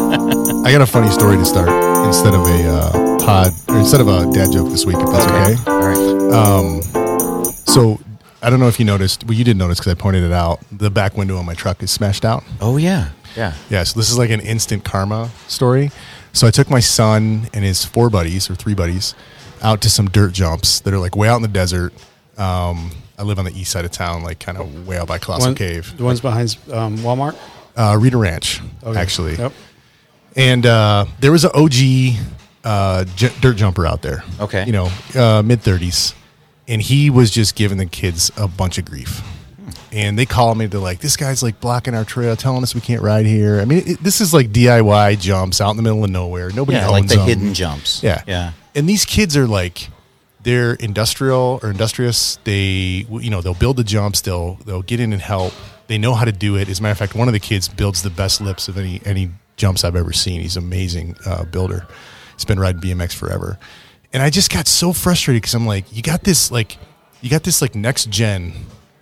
I got a funny story to start instead of a uh, pod or instead of a dad joke this week, if that's okay. All right. So I don't know if you noticed. Well, you did notice because I pointed it out. The back window on my truck is smashed out. Oh yeah. Yeah. Yeah, so this is like an instant karma story. So I took my son and his four buddies or three buddies out to some dirt jumps that are like way out in the desert. Um, I live on the east side of town, like kind of way out by Colossal One- Cave, The ones behind um, Walmart. uh, Rita Ranch, Okay. actually. Yep. And uh, there was an OG uh, j- dirt jumper out there. Okay. you know, uh, mid thirties, and he was just giving the kids a bunch of grief. Hmm. And they call me. They're like, "This guy's like blocking our trail, telling us we can't ride here." I mean, it, this is like DIY jumps out in the middle of nowhere. Nobody Yeah, owns like the them. hidden jumps. Um, Yeah. Yeah. And these kids are like they're industrial or industrious. They you know, they'll build the jumps, they'll they'll get in and help. They know how to do it. As a matter of fact, one of the kids builds the best lips of any any jumps I've ever seen. He's an amazing uh, builder. He's been riding BMX forever. And I just got so frustrated because I'm like, you got this like you got this like next gen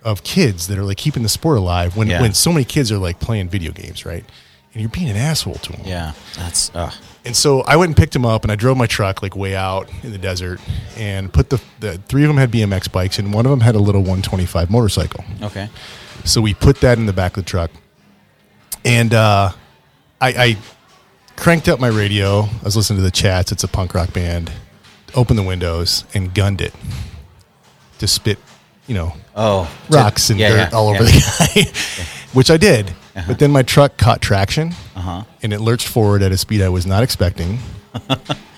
of kids that are like keeping the sport alive when Yeah. when so many kids are like playing video games, right? And you're being an asshole to them. Yeah. That's uh And so I went and picked him up, and I drove my truck like way out in the desert, and put the, the three of them had BMX bikes, and one of them had a little 125 motorcycle. okay. So we put that in the back of the truck, and uh, I, I cranked up my radio. I was listening to the Chats. It's a punk rock band. Opened the windows and gunned it to spit, you know, Oh. rocks and Yeah, dirt yeah, all over yeah. Uh-huh. the guy, which I did. But then my truck caught traction and it lurched forward at a speed I was not expecting.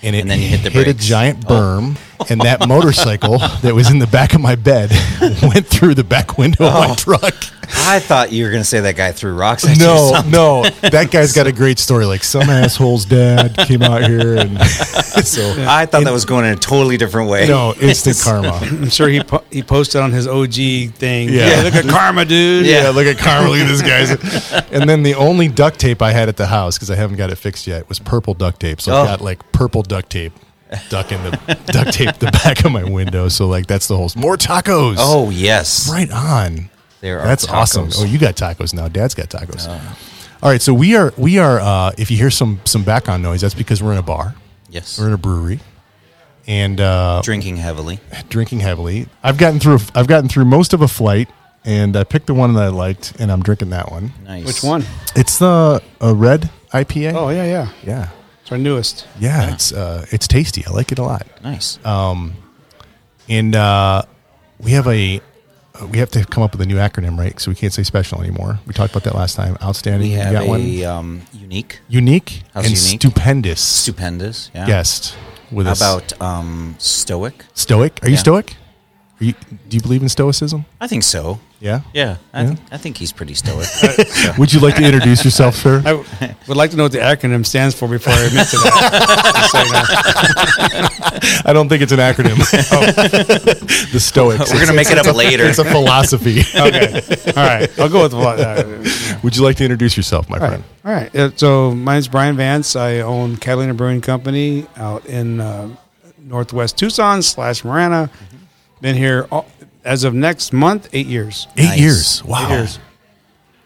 And it And then you hit hit, the a brakes. Oh. giant berm, and that motorcycle that was in the back of my bed went through the back window of my truck. I thought you were gonna say Oh. that guy threw rocks at you. or No, something. no, that guy's got a great story. Like some asshole's dad came out here, and so I thought that was going in a totally different way. no instant karma. I'm sure he po- he posted on his OG thing. Yeah. "Hey, look at Karma, dude. Yeah. Yeah, look at Carmel. Look at this guy's. and then the only duct tape I had at the house because I haven't got it fixed yet was purple duct tape. So Oh. I got like purple duct tape, duck in the duct tape the back of my window. So like that's the whole more tacos. Oh yes. right on. There are that's awesome. tacos. Oh, you got tacos now. Dad's got tacos. All right, so we are we are. Uh, if you hear some some background noise, that's because we're in a bar. Yes. We're in a brewery, and uh, Drinking heavily. drinking heavily. I've gotten through. I've gotten through most of a flight, and I picked the one that I liked, and I'm drinking that one. Nice. Which one? It's the a red IPA. Oh yeah, yeah. yeah, It's our newest. yeah. It's uh, it's tasty. I like it a lot. Nice. Um, And uh, we have a uh, we have to come up with a new acronym, right? So we can't say special anymore. We talked about that last time. Outstanding. we you have got a one. um, unique, Unique How's and unique? stupendous stupendous. Yeah. guest with How us. about um, stoic? stoic? Are you Yeah. stoic? Are you, do you believe in stoicism? I think so. Yeah. Yeah. I, Yeah. Think, I think he's pretty stoic. Would you like to introduce yourself, sir? I w- would like to know what the acronym stands for before I admit to that. Just so you know. I don't think it's an acronym. Oh. the Stoics. We're gonna make it up later. It's a philosophy. Okay. All right. uh, I'll go with what. Would you like to introduce yourself, my All right. friend? All right. Uh, so my name's Brian Vance. I own Catalina Brewing Company out in uh, Northwest Tucson slash Marana. Mm-hmm. Been here all, as of next month, eight years. Eight Nice. years. Wow. years.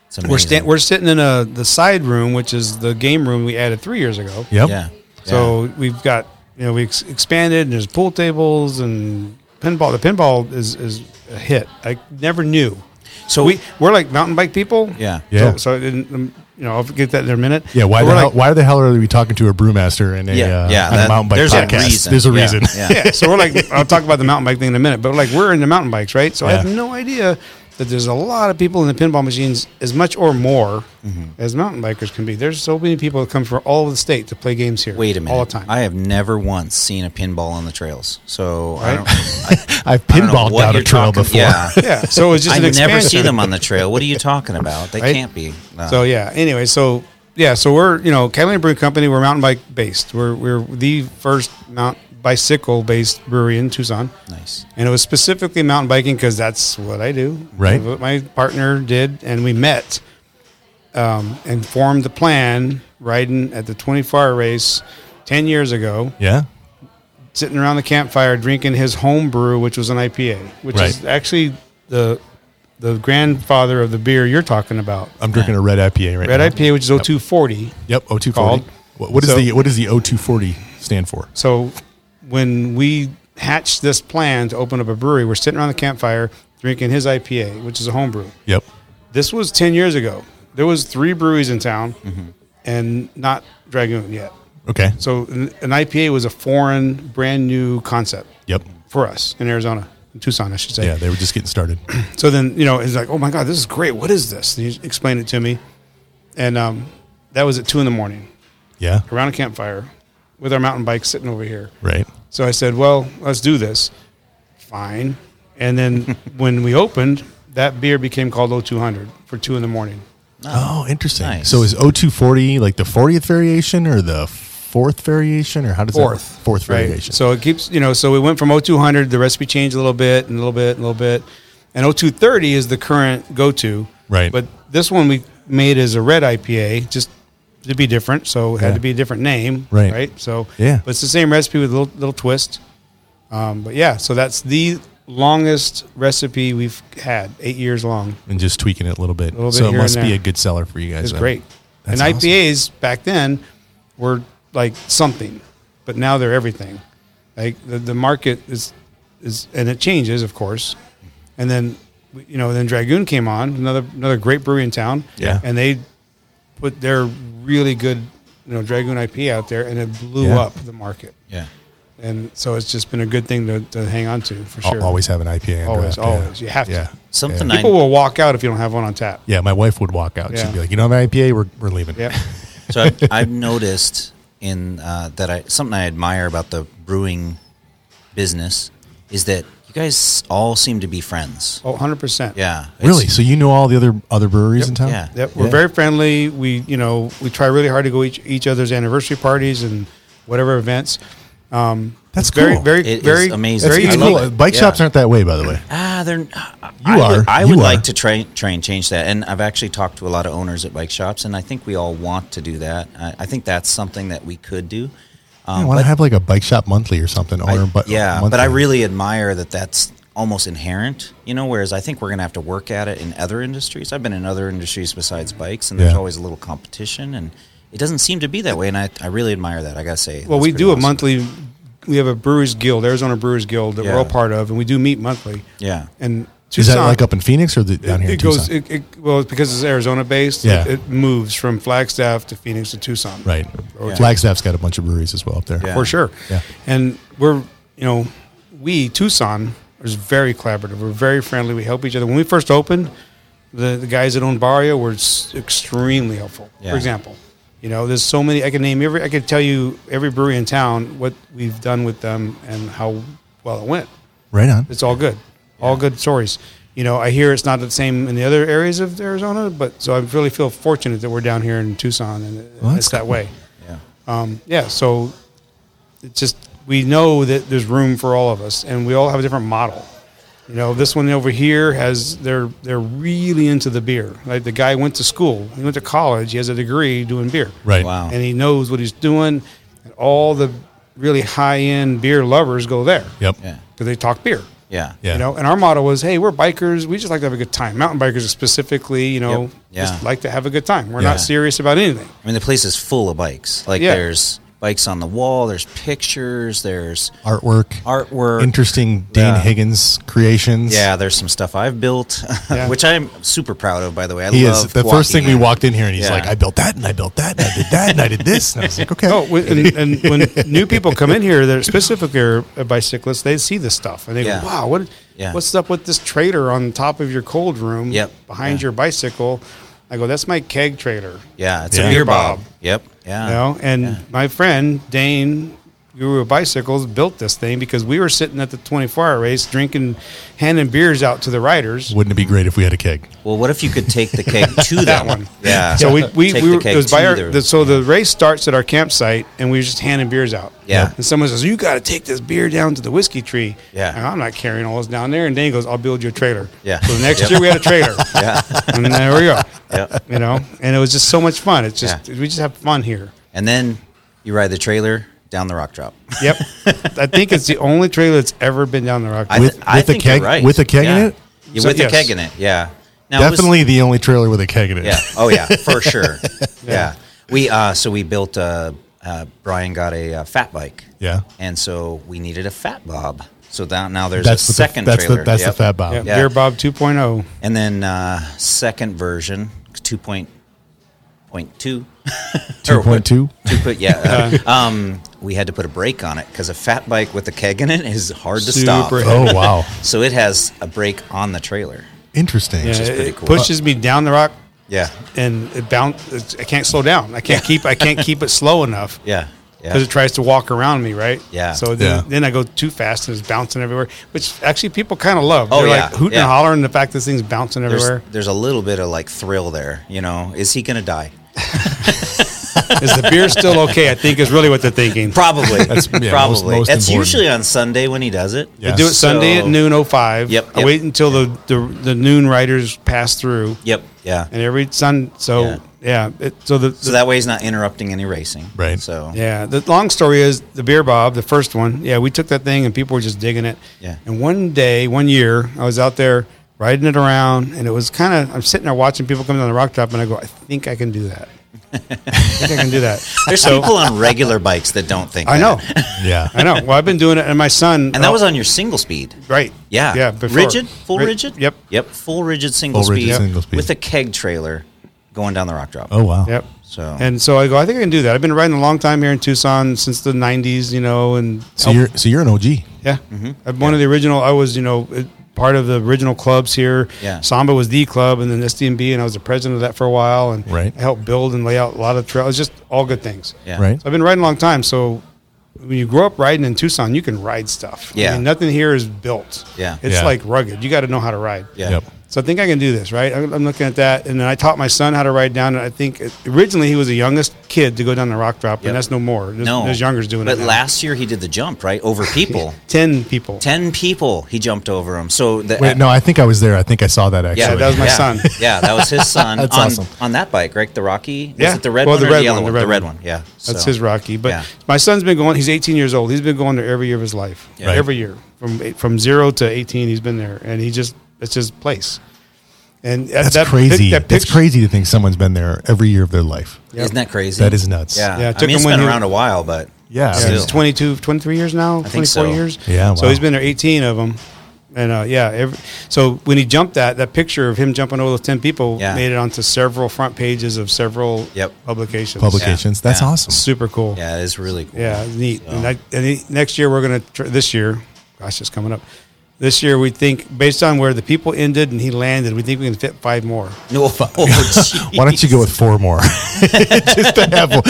It's amazing. We're sta- we're sitting in a the side room, which is the game room we added three years ago. Yep. Yeah. So we've got you know we ex- expanded and there's pool tables and pinball. The pinball is is a hit. I never knew. Yeah. so We we're like mountain bike people. Yeah. Yeah. So, so I didn't, um, you know I'll get that in a minute. Yeah. Why the But we're hell? like- why the hell are we talking to a brewmaster in a, Yeah, uh, yeah, on a that- mountain bike there's a podcast? reason. There's a Yeah, reason. yeah. yeah. So we're like I'll talk about the mountain bike thing in a minute, but like we're into mountain bikes, right? So I have Yeah. no idea that there's a lot of people in the pinball machines as much or more Mm-hmm. as mountain bikers can be. There's so many people that come from all over the state to play games here. wait a minute. all the time. I have never once seen a pinball on the trails. So I Right? don't. I, I've I don't know pinballed what down a you're trail talking- before. Yeah. yeah. So it's just I an never expansion. see them on the trail. What are you talking about? They Right? can't be. uh, No. So yeah. Anyway, so yeah, so we're you know Catalina Brewing Company. We're mountain bike based. We're we're the first mount bicycle based brewery in Tucson, nice. and it was specifically mountain biking because that's what I do. Right. What my partner did, and we met, um, and formed the plan riding at the 24-hour race ten years ago, Yeah. sitting around the campfire drinking his home brew, which was an IPA, which is Right. actually the the grandfather Um, of the beer you're talking about. I'm drinking a red IPA right Red now. IPA, which is 0240. Yep. O two called called What, what is So- the what does the O240 stand for? So when we hatched this plan to open up a brewery, we're sitting around the campfire drinking his IPA, which is a homebrew. Yep. This was 10 years ago. There was three breweries in town and not Dragoon yet. Okay. So an an IPA was a foreign, brand new concept Yep. for us in Arizona, in Tucson, I should say. Yeah, they were just getting started. So then, you know, it's like, oh my God, this is great. What is this? And he explained it to me. And um, that was at two in the morning Yeah. around a campfire with our mountain bike sitting over here. Right. So I said, well, let's do this. Fine. And then when we opened, that beer became called O200 for two in the morning. Oh, interesting. Nice. So is O240 like the 40th variation or the fourth variation or how does Fourth. that fourth right? variation? So it keeps, you know, so we went from O200, the recipe changed a little bit and a little bit and a little bit. And O230 is the current go to. Right. But this one we made as a red IPA just to be different. So it had Yeah. to be a different name. Right. Right. So, Yeah. But it's the same recipe with a little, little twist. Um, but yeah, so that's the longest recipe we've had, eight years long. and just tweaking it a little bit. little bit so it here must and be there. a good seller for you guys. It's then. great. That's and awesome. IPAs back then were like something, but now they're everything. Like the, the market is is and it changes, of course. And then you know, then Dragoon came on, another another great brewery in town. Yeah. And they put their really good, you know, Dragoon IP out there and it blew Yeah. up the market. Yeah. And so it's just been a good thing to, to hang on to for Al- sure. Always have an IPA. on Always, draft, always. Yeah. You have to. yeah. Something Yeah. I People will walk out if you don't have one on tap. Yeah, my wife would walk out. Yeah. She'd be like, "You don't have an IPA? We're, we're leaving." Yep. So I've, I've noticed in uh, that I something I admire about the brewing business is that you guys all seem to be friends. Oh, 100%. Yeah, it's- Really? So you know all the other other breweries in town? Yeah. Yep, we're Yeah. very friendly. We, you know, we try really hard to go each each other's anniversary parties and whatever events. Um, That's it's very, cool. very, It is very amazing. Very That's I it's love unique. cool. it. Bike Yeah. shops aren't that way, by the way. Ah, they're. You You I are. Would, I You would are. like to try try and change that, and I've actually talked to a lot of owners at bike shops, and I think we all want to do that. I, I think that's something that we could do. I want to have like a bike shop monthly or something. Owner, Um, I- but yeah, but I really admire that that's almost inherent, you know, whereas I think we're going to have to work at it in other industries. I've been in other industries besides bikes, and there's Yeah. always a little competition, and it doesn't seem to be that way, and I, I really admire that, I got to say. Well, That's we pretty do awesome. a monthly. We have a Brewers Guild, Arizona Brewers Guild, that we're Yeah. all part of, and we do meet monthly. Yeah. And Is Tucson- that like up in Phoenix or the, down it, here? in it goes. Tucson? It, it, well, because it's Arizona based, Yeah. it, it moves from Flagstaff to Phoenix to Tucson. right. Yeah. Flagstaff's got a bunch of breweries as well up there. Yeah. for sure. Yeah. And we're, you know, we, Tucson, is very collaborative. We're very friendly. We help each other. When we first opened, the, the guys that own Barrio were s- extremely helpful. Yeah. For example, you know, there's so many, I could name every, I could tell you every brewery in town, what we've done with them and how well it went. Right on. It's all good, all good stories. You know, I hear it's not the same in the other areas of Arizona, but so I really feel fortunate that we're down here in Tucson and Well, that's it's that cool. way Yeah. um, yeah, so it's just we know that there's room for all of us, and we all have a different model. You know, this one over here has they're they're really into the beer. Like the guy went to school, he went to college, he has a degree doing beer, Right. Wow. And he knows what he's doing. And all the really high end beer lovers go there because Yep. Yeah. they talk beer. Yeah. Yeah. You know, and our motto was, "Hey, we're bikers. We just like to have a good time. Mountain bikers specifically, you know, Yep. just Yeah. like to have a good time. We're Yeah. not serious about anything." I mean, the place is full of bikes. Like, Yeah. there's bikes on the wall, there's pictures, there's Artwork. artwork. Interesting Dane Yeah. Higgins creations. Yeah, there's some stuff I've built, Yeah. which I'm super proud of, by the way. I He love is the first thing walking we in. walked in here, and he's Yeah. like, "I built that, and I built that, and I did that, and I did this." And I was like, "Okay." No, wi- Oh, and, and when new people come in here, they're specifically are uh, bicyclists. They see this stuff and they Yeah. go, "Wow, what? Yeah. What's up with this trailer on top of your cold room? Yep. behind Yeah. your bicycle." I go, "That's my keg trailer." Yeah, it's Yeah. a Beer beer bob. bob. Yep. Yeah. You know, and my friend Dane, Guru of Bicycles, built this thing because we were sitting at the 24-hour race, drinking, handing beers out to the riders. Wouldn't it be great if we had a keg? Well, what if you could take the cake to them? That one. Yeah. So we, we, Take we the were, cake it was by to our, the- the, so the race starts at our campsite and we were just handing beers out. Yeah. And someone says, You got to take this beer down to the whiskey tree. Yeah. And I'm not carrying all this down there. And Dane goes, I'll build you a trailer. Yeah. So the next Yep. year we had a trailer. Yeah. And there we go. yeah. You know, and it was just so much fun. It's just, we just have fun here. And then you ride the trailer down the rock drop. Yep. I think it's the only trailer that's ever been down the rock. I, With- th- I with a think you're keg- right. with a keg in Yeah. it? Yeah, So- with yes. a keg in it. Yeah. Now, it was- Definitely the only trailer with a keg in it. yeah. Oh yeah, for sure. yeah. We uh so we built a uh, Brian got a uh, fat bike. Yeah. And so we needed a fat bob. So that, now there's That's a the second that's trailer. the that's Yep. the Fat Bob. Yeah, Yeah. Beer Bob oh. 2.0. And then uh, second version, 2.2. 2.2. Two point two. Two put, yeah. uh, um, we had to put a brake on it because a fat bike with a keg in it is hard to stop. Super. Oh wow, So it has a brake on the trailer. interesting. Yeah, pretty it cool. pushes me down the rock Yeah. and it bounce. I can't slow down. I can't keep. I can't keep it slow enough. Yeah. because Yeah. it tries to walk around me, right? Yeah. So then, Yeah. then I go too fast and it's bouncing everywhere, which actually people kind of love. Oh, They're yeah. like hooting Yeah. and hollering the fact this thing's bouncing There's, everywhere. there's a little bit of like thrill there. You know, is he going to die? Is the beer still okay? I think is really what they're thinking. Probably. That's- yeah, most- Probably. most That's important. usually on Sunday when he does it. Yeah. Do it Sunday So- at noon 05. Yep, I yep. wait until the, the the noon riders pass through. Yep. Yeah. And every Sun, so Yeah. yeah, it, so the, So that way he's not interrupting any racing. Right. So Yeah. The long story is the beer bob, the first one. Yeah, we took that thing and people were just digging it. Yeah. And one day, one year, I was out there riding it around, and it was kind of I'm sitting there watching people come down the rock drop, and I go, I think I can do that. I think I can do that. there's people on regular bikes that don't think. I that. know. Yeah. I know. Well, I've been doing it, and my son. And that was on your single speed. right. Yeah. Yeah. Before. Rigid, full Ri- rigid. Yep. Yep. Full rigid single, Full rigid speed, single speed. with a keg trailer going down the rock drop. Oh wow. Yep. So And so I go, I think I can do that. I've been riding a long time here in Tucson since the '90s, you know, and So you're so you're an OG. Yeah. Mm-hmm. I'm one of the original, I was, you know, it- part of the original clubs here. Yeah. Samba was the club and then SDMB, and I was the president of that for a while. And Right. I helped build and lay out a lot of trails, just all good things. yeah. Right. So I've been riding a long time. So when you grow up riding in Tucson, you can ride stuff. I Yeah. mean, nothing here is built. Yeah. It's Yeah. like rugged. You got to know how to ride. Yeah. Yep. So I think I can do this, right? I'm I'm looking at that, and then I taught my son how to ride down. And I think it- originally he was the youngest kid to go down the rock drop, Yep. and that's no more. There's, No. there's younger's doing but it. now. last year he did the jump, right? Over people. ten people. 10 people he jumped over them. So the, Wait, no, I think I was there. I think I saw that actually. that was my yeah. son. Yeah, that was his son That's on, awesome. on that bike, right? The Rocky. Was Yeah. it the red Well, one the or red the yellow one, one? the The red red one. one. Yeah. That's So- his Rocky. But Yeah. my son's been going. He's 18 years old. He's been going there every year of his life. Right. Every year, from from zero to 18, he's been there, and he just it's his place. And That's crazy. That's picture- crazy to think someone's been there every year of their life. Yeah. Isn't that crazy? That is nuts. Yeah. Yeah, it I took mean, it's him when been he- around a while, but Yeah. Yeah, Still. he's 22, 23 years now, 24 think so. years. Yeah, So wow. he's been there 18 of them. And uh, yeah, every, so when he jumped that, that picture of him jumping over those 10 people Yeah. made it onto several front pages of several Yep. publications. Publications. Yeah. That's Yeah. awesome. Super cool. yeah, it is really cool. Yeah, it's neat. And, I, and he- next year we're gonna tr- this year. Gosh, it's coming up. This year we think based on where the people ended and he landed, we think we can fit five more. No, oh, Why don't you go with four more? Just to have one.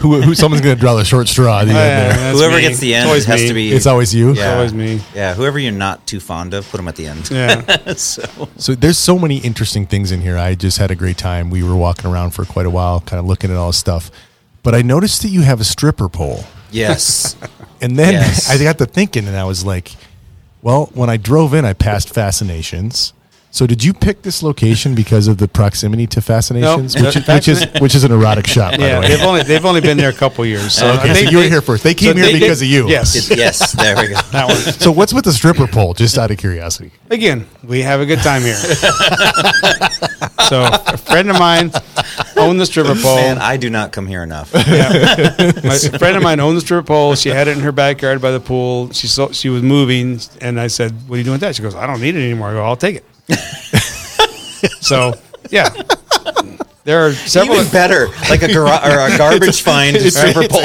who, who someone's going to draw the short straw at the end there. Uh, that's Whoever me. gets the It's end always has me. to be. It's always you. Yeah. always me. Yeah, whoever you're not too fond of, put them at the end. Yeah, so So there's so many interesting things in here. I just had a great time. We were walking around for quite a while, kind of looking at all this stuff. But I noticed that you have a stripper pole. yes, And then Yes. I got to thinking, and I was like, well, when I drove in, I passed Fascinations. So did you pick this location because of the proximity to Fascinations, Nope. which, is, which is which is an erotic shop, by yeah. the way? They've only they've only been there a couple years. So Oh, Okay, they- so you were they- here first. They came so here they- they- because of you. Yes. yes, there we go. That one. So what's with the stripper pole? Just out of curiosity. again, we have a good time here. so a friend of mine owned the stripper pole. Man, I do not come here enough. My a friend of mine owned the stripper pole. She had it in her backyard by the pool. She saw, she was moving, and I said, "What are you doing with that?" She goes, "I don't need it anymore." I go, "I'll take it." so, yeah, there are several. Even better, like a garage or a garbage find it's- stripper pole.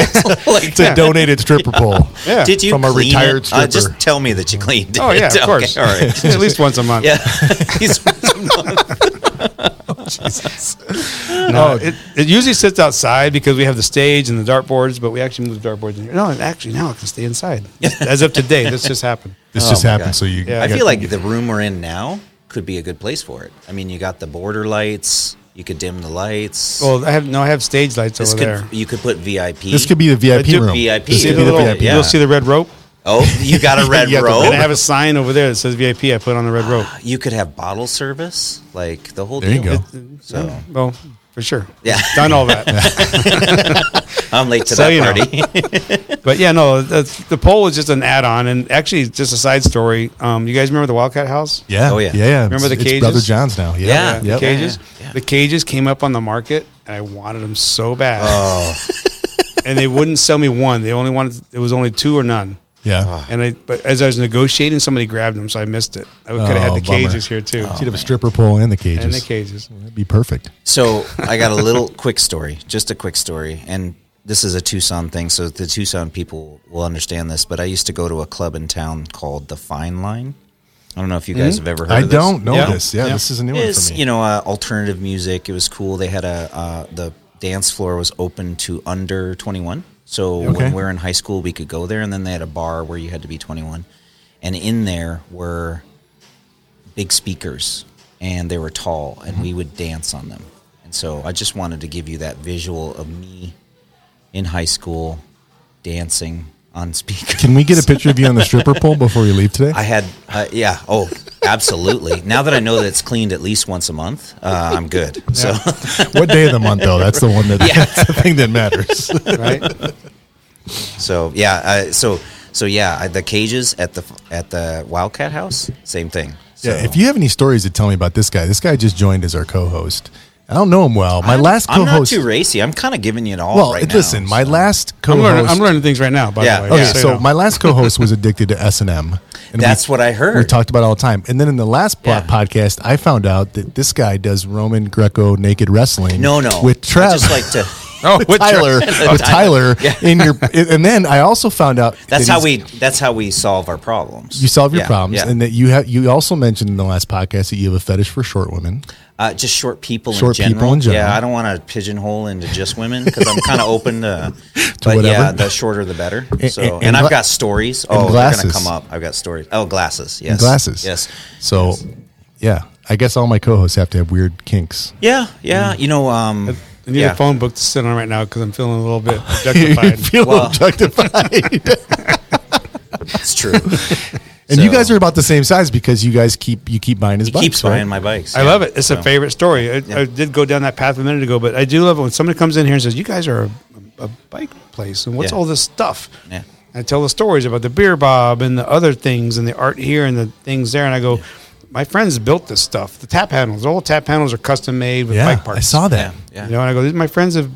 like, It's a donated stripper pole. yeah. did you from a clean retired it? Uh, just stripper. tell me that you cleaned it. Oh yeah, Okay, of course. all right. At least once a month. Yeah. He's- Oh. No, it, it usually sits outside because we have the stage and the dartboards, but we actually moved the dartboards in here. No, and actually now it can stay inside. As of today, this just happened. This Oh just my happened. God. So you, Yeah. I you feel got- like the room we're in now could be a good place for it. I mean, you got the border lights. You could dim the lights. Well, I have no, I have stage lights this over could there. you could put VIP. this could be the VIP do room. VIP. This See could the be the little- VIP. Yeah. You'll see the red rope. Oh, you got a red You got the robe. And I have a sign over there that says VIP. I put on the red rope. you could have bottle service, like the whole There you deal. go. So Well, for sure. Yeah. Done all that. I'm late to So, you know. that party. but yeah, no, that's, the poll was just an add on. And actually, it's just a side story. Um, you guys remember the Wildcat House? Yeah. Oh, yeah. Yeah. yeah. Remember It's- the it's cages? Brother John's now. Yeah. Yeah. The Yep. cage- cages? yeah, yeah. The cages came up on the market, and I wanted them so bad. oh, and they wouldn't sell me one. They only wanted it was only two or none. Yeah. And I, but as I was negotiating, somebody grabbed them, so I missed it. I could have Oh, had the bummer. Oh. cages here too, She'd have a stripper pole and the cages. and the cages. That'd be perfect. So I got a little quick story, just a quick story, and this is a Tucson thing, so the Tucson people will understand this. But I used to go to a club in town called the Fine Line. I don't know if you guys have ever heard. Hmm? I of this. don't know Yeah. this. Yeah, Yeah. this is a new It one was, for me. you know, uh, alternative music. It was cool. They had a uh, the dance floor was open to under twenty one. So Okay. when we were in high school, we could go there, and then they had a bar where you had to be twenty one, and in there were big speakers, and they were tall, and we would dance on them. And so I just wanted to give you that visual of me in high school dancing on speakers. Can we get a picture of you on the stripper pole before we leave today? I had, uh, yeah, oh, absolutely. now that I know that it's cleaned at least once a month, uh, I'm good. So, what day of the month though? That's the one that that's the thing that matters. Right? so yeah, uh, so so yeah, I, the cages at the at the Wildcat House, same thing. So, Yeah, if you have any stories to tell me about this guy, this guy just joined as our co-host. I don't know him well. My last I'm not co-host. too racy. I'm kind of giving you it all well, right now, listen, my so. last I'm co-host. learning, I'm learning things right now. By Yeah, the way, Okay, just you so know. my last co-host was addicted to S and M. That's what I heard. We talked about it all the time. And then in the last po- Yeah. podcast, I found out that this guy does Roman Greco naked wrestling. no, no, with I Trev. just like to. oh, with Tyler, with Tyler in your, and then I also found out That's that how he's- we. That's how we solve our problems. you solve your Yeah, problems, yeah. and that you have you also mentioned in the last podcast that you have a fetish for short women. Uh, just short people. Short in people general. in general. Yeah, I don't want to pigeonhole into just women because I'm kind of open to. but yeah, whatever. the shorter the better. And- So, and- and, and gla- I've got stories. Oh, glasses. they're gonna come up. I've got stories. Oh, glasses. Yes, Glasses, Yes. So, yeah, I guess all my co-hosts have to have weird kinks. Yeah, yeah. You know, um, I need yeah. a phone book to sit on right now because I'm feeling a little bit You objectified. feel Well- objectified, It's true. and you guys are about the same size because you guys keep you keep buying his He bikes. keeps right? buying my bikes. I yeah. love it. It's So, a favorite story. I, I did go down that path a minute ago, but I do love it when somebody comes in here and says, "You guys are a, a bike place, and what's Yeah. all this stuff?" Yeah. And I tell the stories about the beer bob and the other things and the art here and the things there, and I go, "My friends built this stuff. The tap handles, all the tap handles are custom made with Yeah, bike parts." I saw Yeah, that. yeah. You know, and I go, "These- "My friends have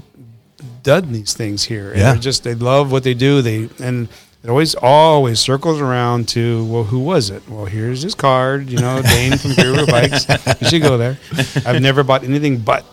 done these things here, and Yeah. they're just they love what they do. They and." It always, always circles around to well, who was it? Well, here's his card. You know, Dane from Guru Bikes. You should go there. I've never bought anything but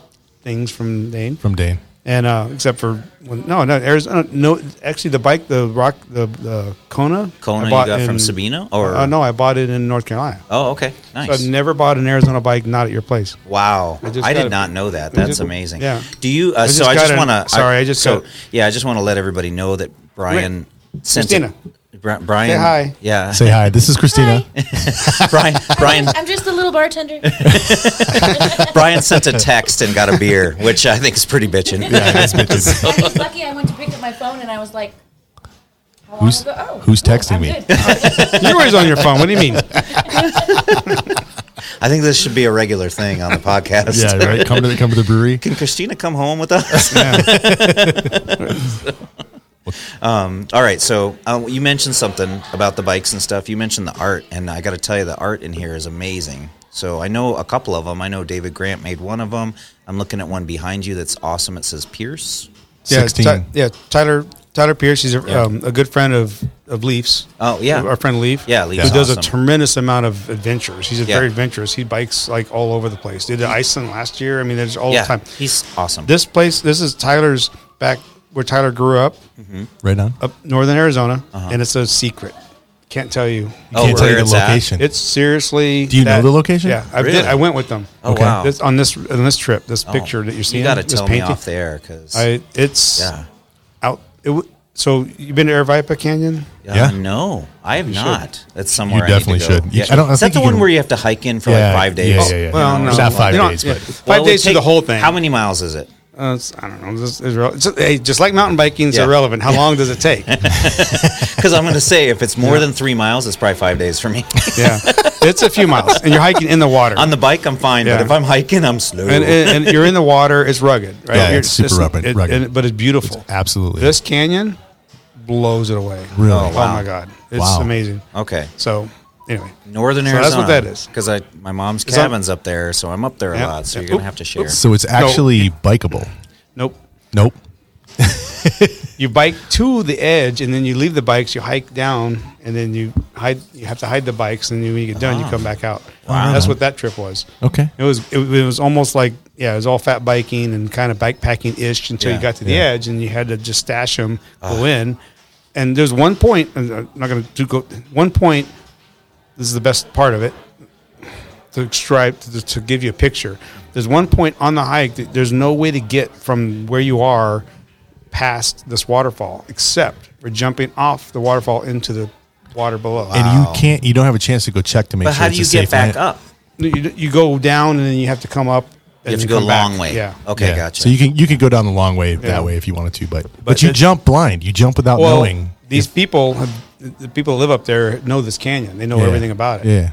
things from Dane, From Dane, and uh, except for when, no, no Arizona. No, actually, the bike, the rock, the the Kona. Kona I you bought got from Sabino, or- uh, no, I bought it in North Carolina. Oh, okay. So Nice. I've never bought an Arizona bike not at your place. Wow, just I got did a- not know that. I That's just- amazing. yeah. Do you? Uh, I so just I got just an- want to. sorry, I just So got- yeah, I just want to let everybody know that Brian sent Christina. it. Bri- Brian, Say hi. Yeah, say hi. This is Christina. Brian. Brian. I'm just a little bartender. Brian sent a text and got a beer, which I think is pretty bitching. Yeah, that's bitches. I was lucky I went to pick up my phone and I was like, how long Who's- ago? Oh, who's cool, texting I'm me? good. Alright. You're always on your phone. What do you mean? I think this should be a regular thing on the podcast. yeah, right. Come to the come to the brewery. Can Christina come home with us? um, all right. So uh, you mentioned something about the bikes and stuff. You mentioned the art, and I got to tell you, the art in here is amazing. So I know a couple of them. I know David Grant made one of them. I'm looking at one behind you that's awesome. It says Pierce. Yeah, 16. Ty- yeah, Tyler Tyler Pierce. He's a, Yeah. um, a good friend of of Leafs. Oh, yeah. our friend Leaf. Yeah, Leaf's who does a awesome. tremendous amount of adventures. He's a Yeah. very adventurous. He bikes like all over the place. Did Iceland last year. I mean, there's all yeah, the time. he's awesome. This place, this is Tyler's back where Tyler grew up, Right on. Oh, up northern Arizona, and it's a secret. Can't tell you. Uh-huh. Oh, Can't tell you the where it's at. location. It's seriously. Do you know the location? Yeah, I Really? did. I went with them. Oh, Okay. wow. This, on this on this trip, this Oh, picture that you're seeing, You got to this tell me painting, off there because I it's yeah, out. It, w- so you've been to Aravipa Canyon? Yeah. yeah. No, I have not. That's somewhere You I need to definitely go. should. You- Yeah. I don't- I Is think that the you one can- where you have to hike in for Yeah, like five yeah, days? yeah, yeah. Well, You know, no. Not five You don't- days, yeah. but- Well, Five it days would to the take- whole thing. How many miles is it? Uh, it's, I don't know. This is rel- it's, hey, just like mountain biking is Yeah. irrelevant. How long does it take? Because I'm going to say if it's more than three miles, it's probably five days for me. yeah, it's a few miles, and you're hiking in the water. On the bike, I'm fine, Yeah. but if I'm hiking, I'm slow. and, and, and you're in the water. It's rugged, right? Yeah, You're it's super just- rugged- it- rugged. and- but it's beautiful. Absolutely. This canyon blows it away. Really? Oh, Oh, wow. my god, it's Wow. amazing. okay, So anyway, Northern So Arizona. that's what that is. Because I my mom's It's on- cabin's up there, so I'm up there a Yeah. lot. So Yeah. you're going Oop. to have to share. so it's actually bikeable. Nope. Nope. you bike to the edge, and then you leave the bikes. You hike down, and then you hide. You have to hide the bikes, and then when you get done, you come back out. Wow. That's what that trip was. Okay. It was it, it was almost like yeah, it was all fat biking and kind of backpacking ish until Yeah. Ah. you got to the edge, and you had to just stash them, go in. And there's one point, and I'm not going to go. One point, this is the best part of it to strive to, to give you a picture. There's one point on the hike that there's no way to get from where you are past this waterfall except for jumping off the waterfall into the water below. Ah. And you can't. You don't have a chance to go check to make But sure. how do it's you a safe get back land. up? you, you go down and then you have to come up. You have and to then go a come back. long way. Yeah. Okay, Yeah. gotcha. So you can you can go down the long way Yeah. that way if you wanted to, but but, you it- jump blind. You jump without Well, knowing. these people, have, the people that live up there know this canyon. They know Yeah. everything about it. Yeah.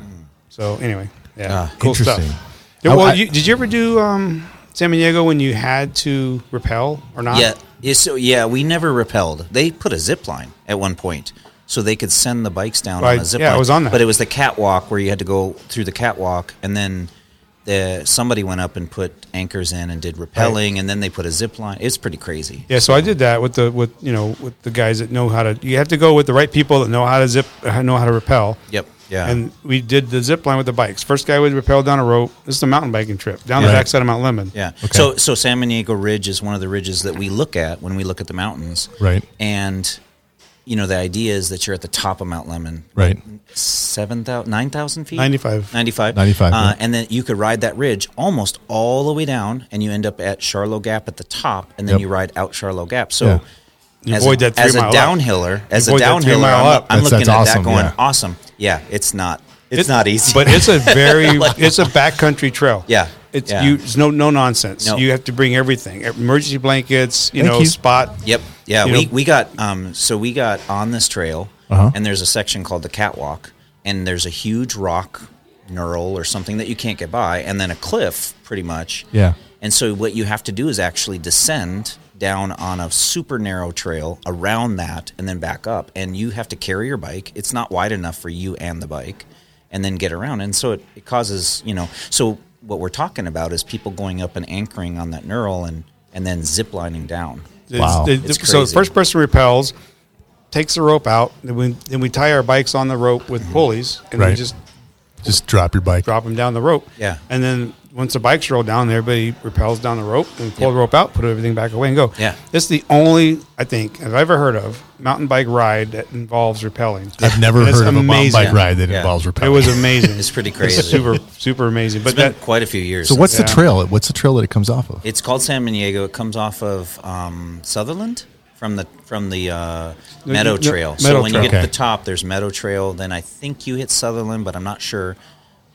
So anyway, yeah, Ah, cool stuff. interesting. Yeah, I- well, I- you, did you ever do um, San Diego when you had to repel or not? Yeah. yeah, So yeah, we never repelled. They put a zip line at one point, so they could send the bikes down on Right, a zip yeah, I line. was on that. But it was the catwalk where you had to go through the catwalk, and then the, somebody went up and put anchors in and did rappelling, and then they put a zip line. It's pretty crazy. Yeah, so I did that with the with you know with the guys that know how to. You have to go with the right people that know how to zip, uh, know how to rappel. Yep. Yeah. And we did the zip line with the bikes. First guy would rappel down a rope. This is a mountain biking trip down the Right. backside of Mount Lemon. yeah. So so San Diego Ridge is one of the ridges that we look at when we look at the mountains. Right. And you know the idea is that you're at the top of Mount Lemon. Right. Seven thousand, nine thousand feet, 95. 95. 95, Uh, yeah. And then you could ride that ridge almost all the way down, and you end up at Charlotte Gap at the top, and then Yep. you ride out Charlotte Gap. So, Yeah. You as avoid a, that three as a mile up. downhiller, as a avoid that three downhiller, I'm, mile up. I'm That's- looking that's at awesome, that going, yeah. awesome. Yeah, it's not. It's, not easy. but it's a very it's a backcountry trail. Yeah, it's yeah. you. It's no no nonsense. No. You have to bring everything: e, emergency blankets, you Thank know, you. spot. Yep. Yeah. You We, know- we got um so we got on this trail Uh-huh. and there's a section called the catwalk and there's a huge rock knurl or something that you can't get by and then a cliff pretty much. Yeah. And so what you have to do is actually descend down on a super narrow trail around that and then back up and you have to carry your bike. It's not wide enough for you and the bike and then get around and so it, it causes, you know, so what we're talking about is people going up and anchoring on that knurl and and then zip lining down. It's- Wow. it- It's so the crazy. first person repels, takes the rope out, and we, then we tie our bikes on the rope with pulleys, and we Right. just Just drop your bike. drop them down the rope. Yeah. And then once the bikes roll down, everybody repels down the rope and pull the rope out, put everything back away, and go. Yeah. This is the only I think I've ever heard of mountain bike ride that involves rappelling. I've never And it's heard of a mountain amazing. bike ride that Yeah. involves It rappelling. was amazing. It's pretty crazy. super super amazing. But It's been that quite a few years. so since- what's Yeah. the trail? What's the trail that it comes off of? It's called San Diego. It comes off of um, Sutherland from the from the uh, Meadow no, Trail. Meadow so when you Trail. get to Okay. the top, there's Meadow Trail. Then I think you hit Sutherland, but I'm not sure.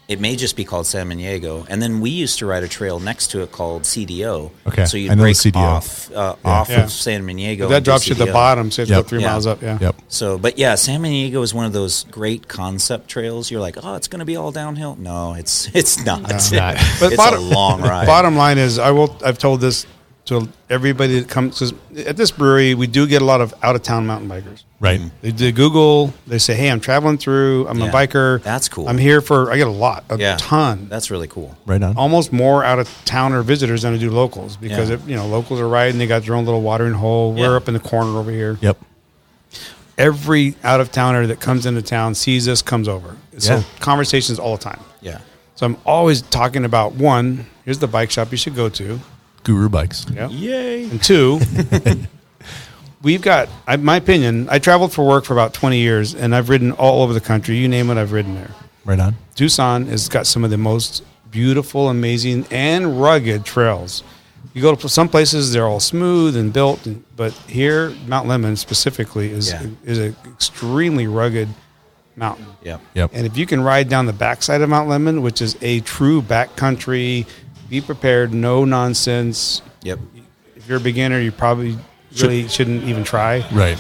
It may just be called San Diego. And then we used to ride a trail next to it called CDO. Okay, So you I know the break CDO. off uh, off Yeah. of San Diego. that and do drops you to the CDO. bottom, so you have to Yep. go three uh, Yeah. miles up. Yeah. Yep. So, but yeah, San Diego is one of those great concept trails. You're like, oh, it's going to be all downhill. No, it's it's not. It's, not. But a bottom- long ride. Bottom line is, I will. I've told this to everybody that comes 'cause at this brewery. We do get a lot of out of town mountain bikers. Right. They do Google. They say, "Hey, I'm traveling through. I'm a Yeah. biker. That's cool. I'm here for. I get a lot, a yeah, ton. That's really cool. Right on. almost more out of towner visitors than I do locals because Yeah. it, you know locals are riding. They got their own little watering hole. We're Yeah. up in the corner over here. Yep. Every out of towner that comes into town sees us, comes over. Yeah. So conversations all the time. Yeah. So I'm always talking about one. Here's the bike shop you should go to. Guru bikes. Yeah. Yay. And two, we've got, I, my opinion, I traveled for work for about 20 years and I've ridden all over the country. You name it, I've ridden there. Right on. Tucson has got some of the most beautiful, amazing, and rugged trails. You go to some places, they're all smooth and built, and, but here, Mount Lemon specifically is Yeah. is an extremely rugged mountain. Yep. Yep. And if you can ride down the backside of Mount Lemon, which is a true backcountry, be prepared, no nonsense. Yep. If you're a beginner, you probably really shouldn't even try. right.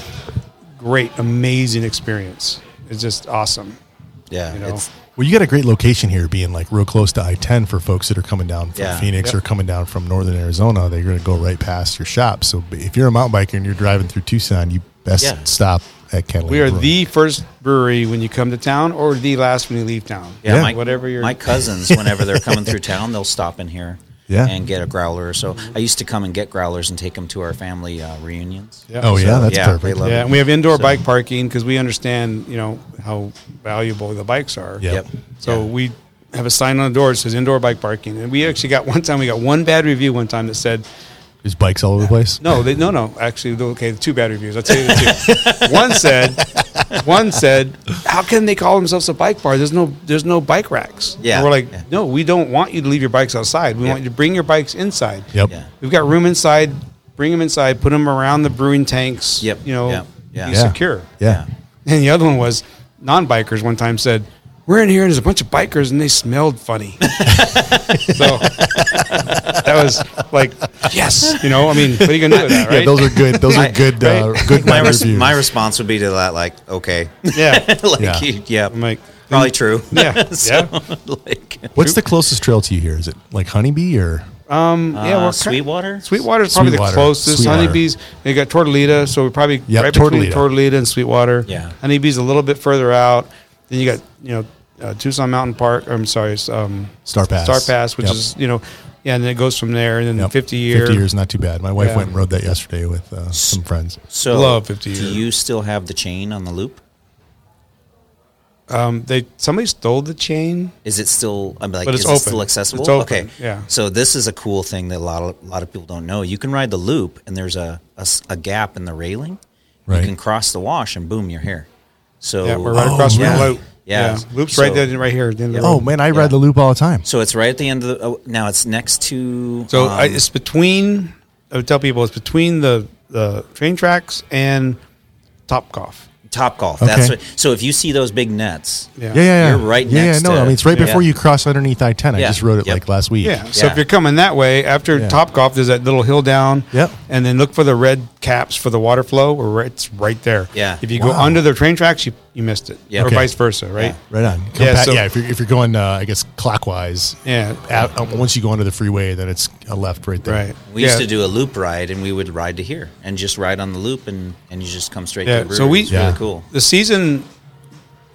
Great, amazing experience. It's just awesome. Yeah. You know? it's, Well, you got a great location here, being like real close to I ten for folks that are coming down from Yeah. Phoenix or coming down from northern Arizona. They're going to go right past your shop. So if you're a mountain biker and you're driving through Tucson, you best Yeah. stop at Catalina. We are Brewing. the first brewery when you come to town, or the last when you leave town. yeah. Yeah. My, whatever your my cousins, whenever they're coming through town, they'll stop in here. Yeah. and get a growler or so. Mm-hmm. I used to come and get growlers and take them to our family uh, reunions. Yeah. Oh yeah, So, that's yeah, they perfect. love Yeah, and we have indoor So- bike parking because we understand, you know, how valuable the bikes are. Yeah. Yep. So we have a sign on the door that says indoor bike parking, and we actually got one time we got one bad review one time that said There's bikes all over the place. no, they, no, no. Actually, the- okay, two bad reviews. I'll tell you the two. one said, one said, how can they call themselves a bike bar? There's no, there's no bike racks. Yeah, And we're like, yeah. no, we don't want you to leave your bikes outside. We want you to bring your bikes inside. Yep. Yeah. We've got room inside. Bring them inside. Put them around the brewing tanks. Yep, You know, yeah, yeah. be Yeah. secure. Yeah. And the other one was non-bikers. One time said, "We're in here and there's a bunch of bikers and they smelled funny." so that was like, yes, you know. I mean, what are you gonna do with that, right? Yeah, those are good. Those are Right. good. Uh, good my, bad res- reviews. my response would be to that like okay yeah. Yeah. like yeah, you, yeah I'm like, probably true yeah, So, yeah, like What's the closest trail to you here? Is it like Honeybee or? um, yeah. uh, Well, Sweetwater. Sweetwater Sweetwater's probably Sweetwater. the closest. Sweetwater. Honeybees, they got Tortolita, so we're probably Yep, right between Tortolita. Tortolita and Sweetwater. Yeah. Honeybees a little bit further out. Then you got you know uh, Tucson Mountain Park. Or, I'm sorry, it's, um, Star Pass. Star Pass, which Yep. is you know, yeah, and then it goes from there, and then Yep. fifty year. Fifty years, not too bad. My wife Yeah. went and rode that yesterday with uh, some friends. so Love 50 do year. you still have the chain on the loop Um, they somebody stole the chain. Is it still? I'm like, But it's is open. it still accessible? It's open, Okay, yeah. So this is a cool thing that a lot of a lot of people don't know. You can ride the loop, and there's a a s- a gap in the railing. Right. You can cross the wash, and boom, you're here. So Yeah, we're right across from yeah, the loop. Yeah, loops So- right there, right here. at the end of the Oh road. man, I ride the loop all the time. So it's right at the end of the. Oh, now it's next to. So I, um, it's between. I would tell people it's between the the train tracks and Topkoff. Top Golf. That's Okay. what, so. If you see those big nets, Yeah. Yeah, yeah, yeah. You're right Yeah, next yeah. No, to- I mean it's right Yeah. before you cross underneath I ten. I Yeah. just rode it Yep. like last week. Yeah. So Yeah. if you're coming that way after Yeah. Topkoff, there's that little hill down. Yep. And then look for the red caps for the water flow, or right, it's right there. Yeah. If you go Wow. under the train tracks, you, you missed it. Yeah. Or Okay. vice versa, right? Right on. Come Yeah, back- so- yeah. If you're, if you're going, uh, I guess clockwise. Yeah. Out, um, once you go onto the freeway, then it's a left right there. Right. we Yeah. used to do a loop ride, and we would ride to here, and just ride on the loop, and and you just come straight to Yeah, the brewery. so we- it's Yeah. really cool. the season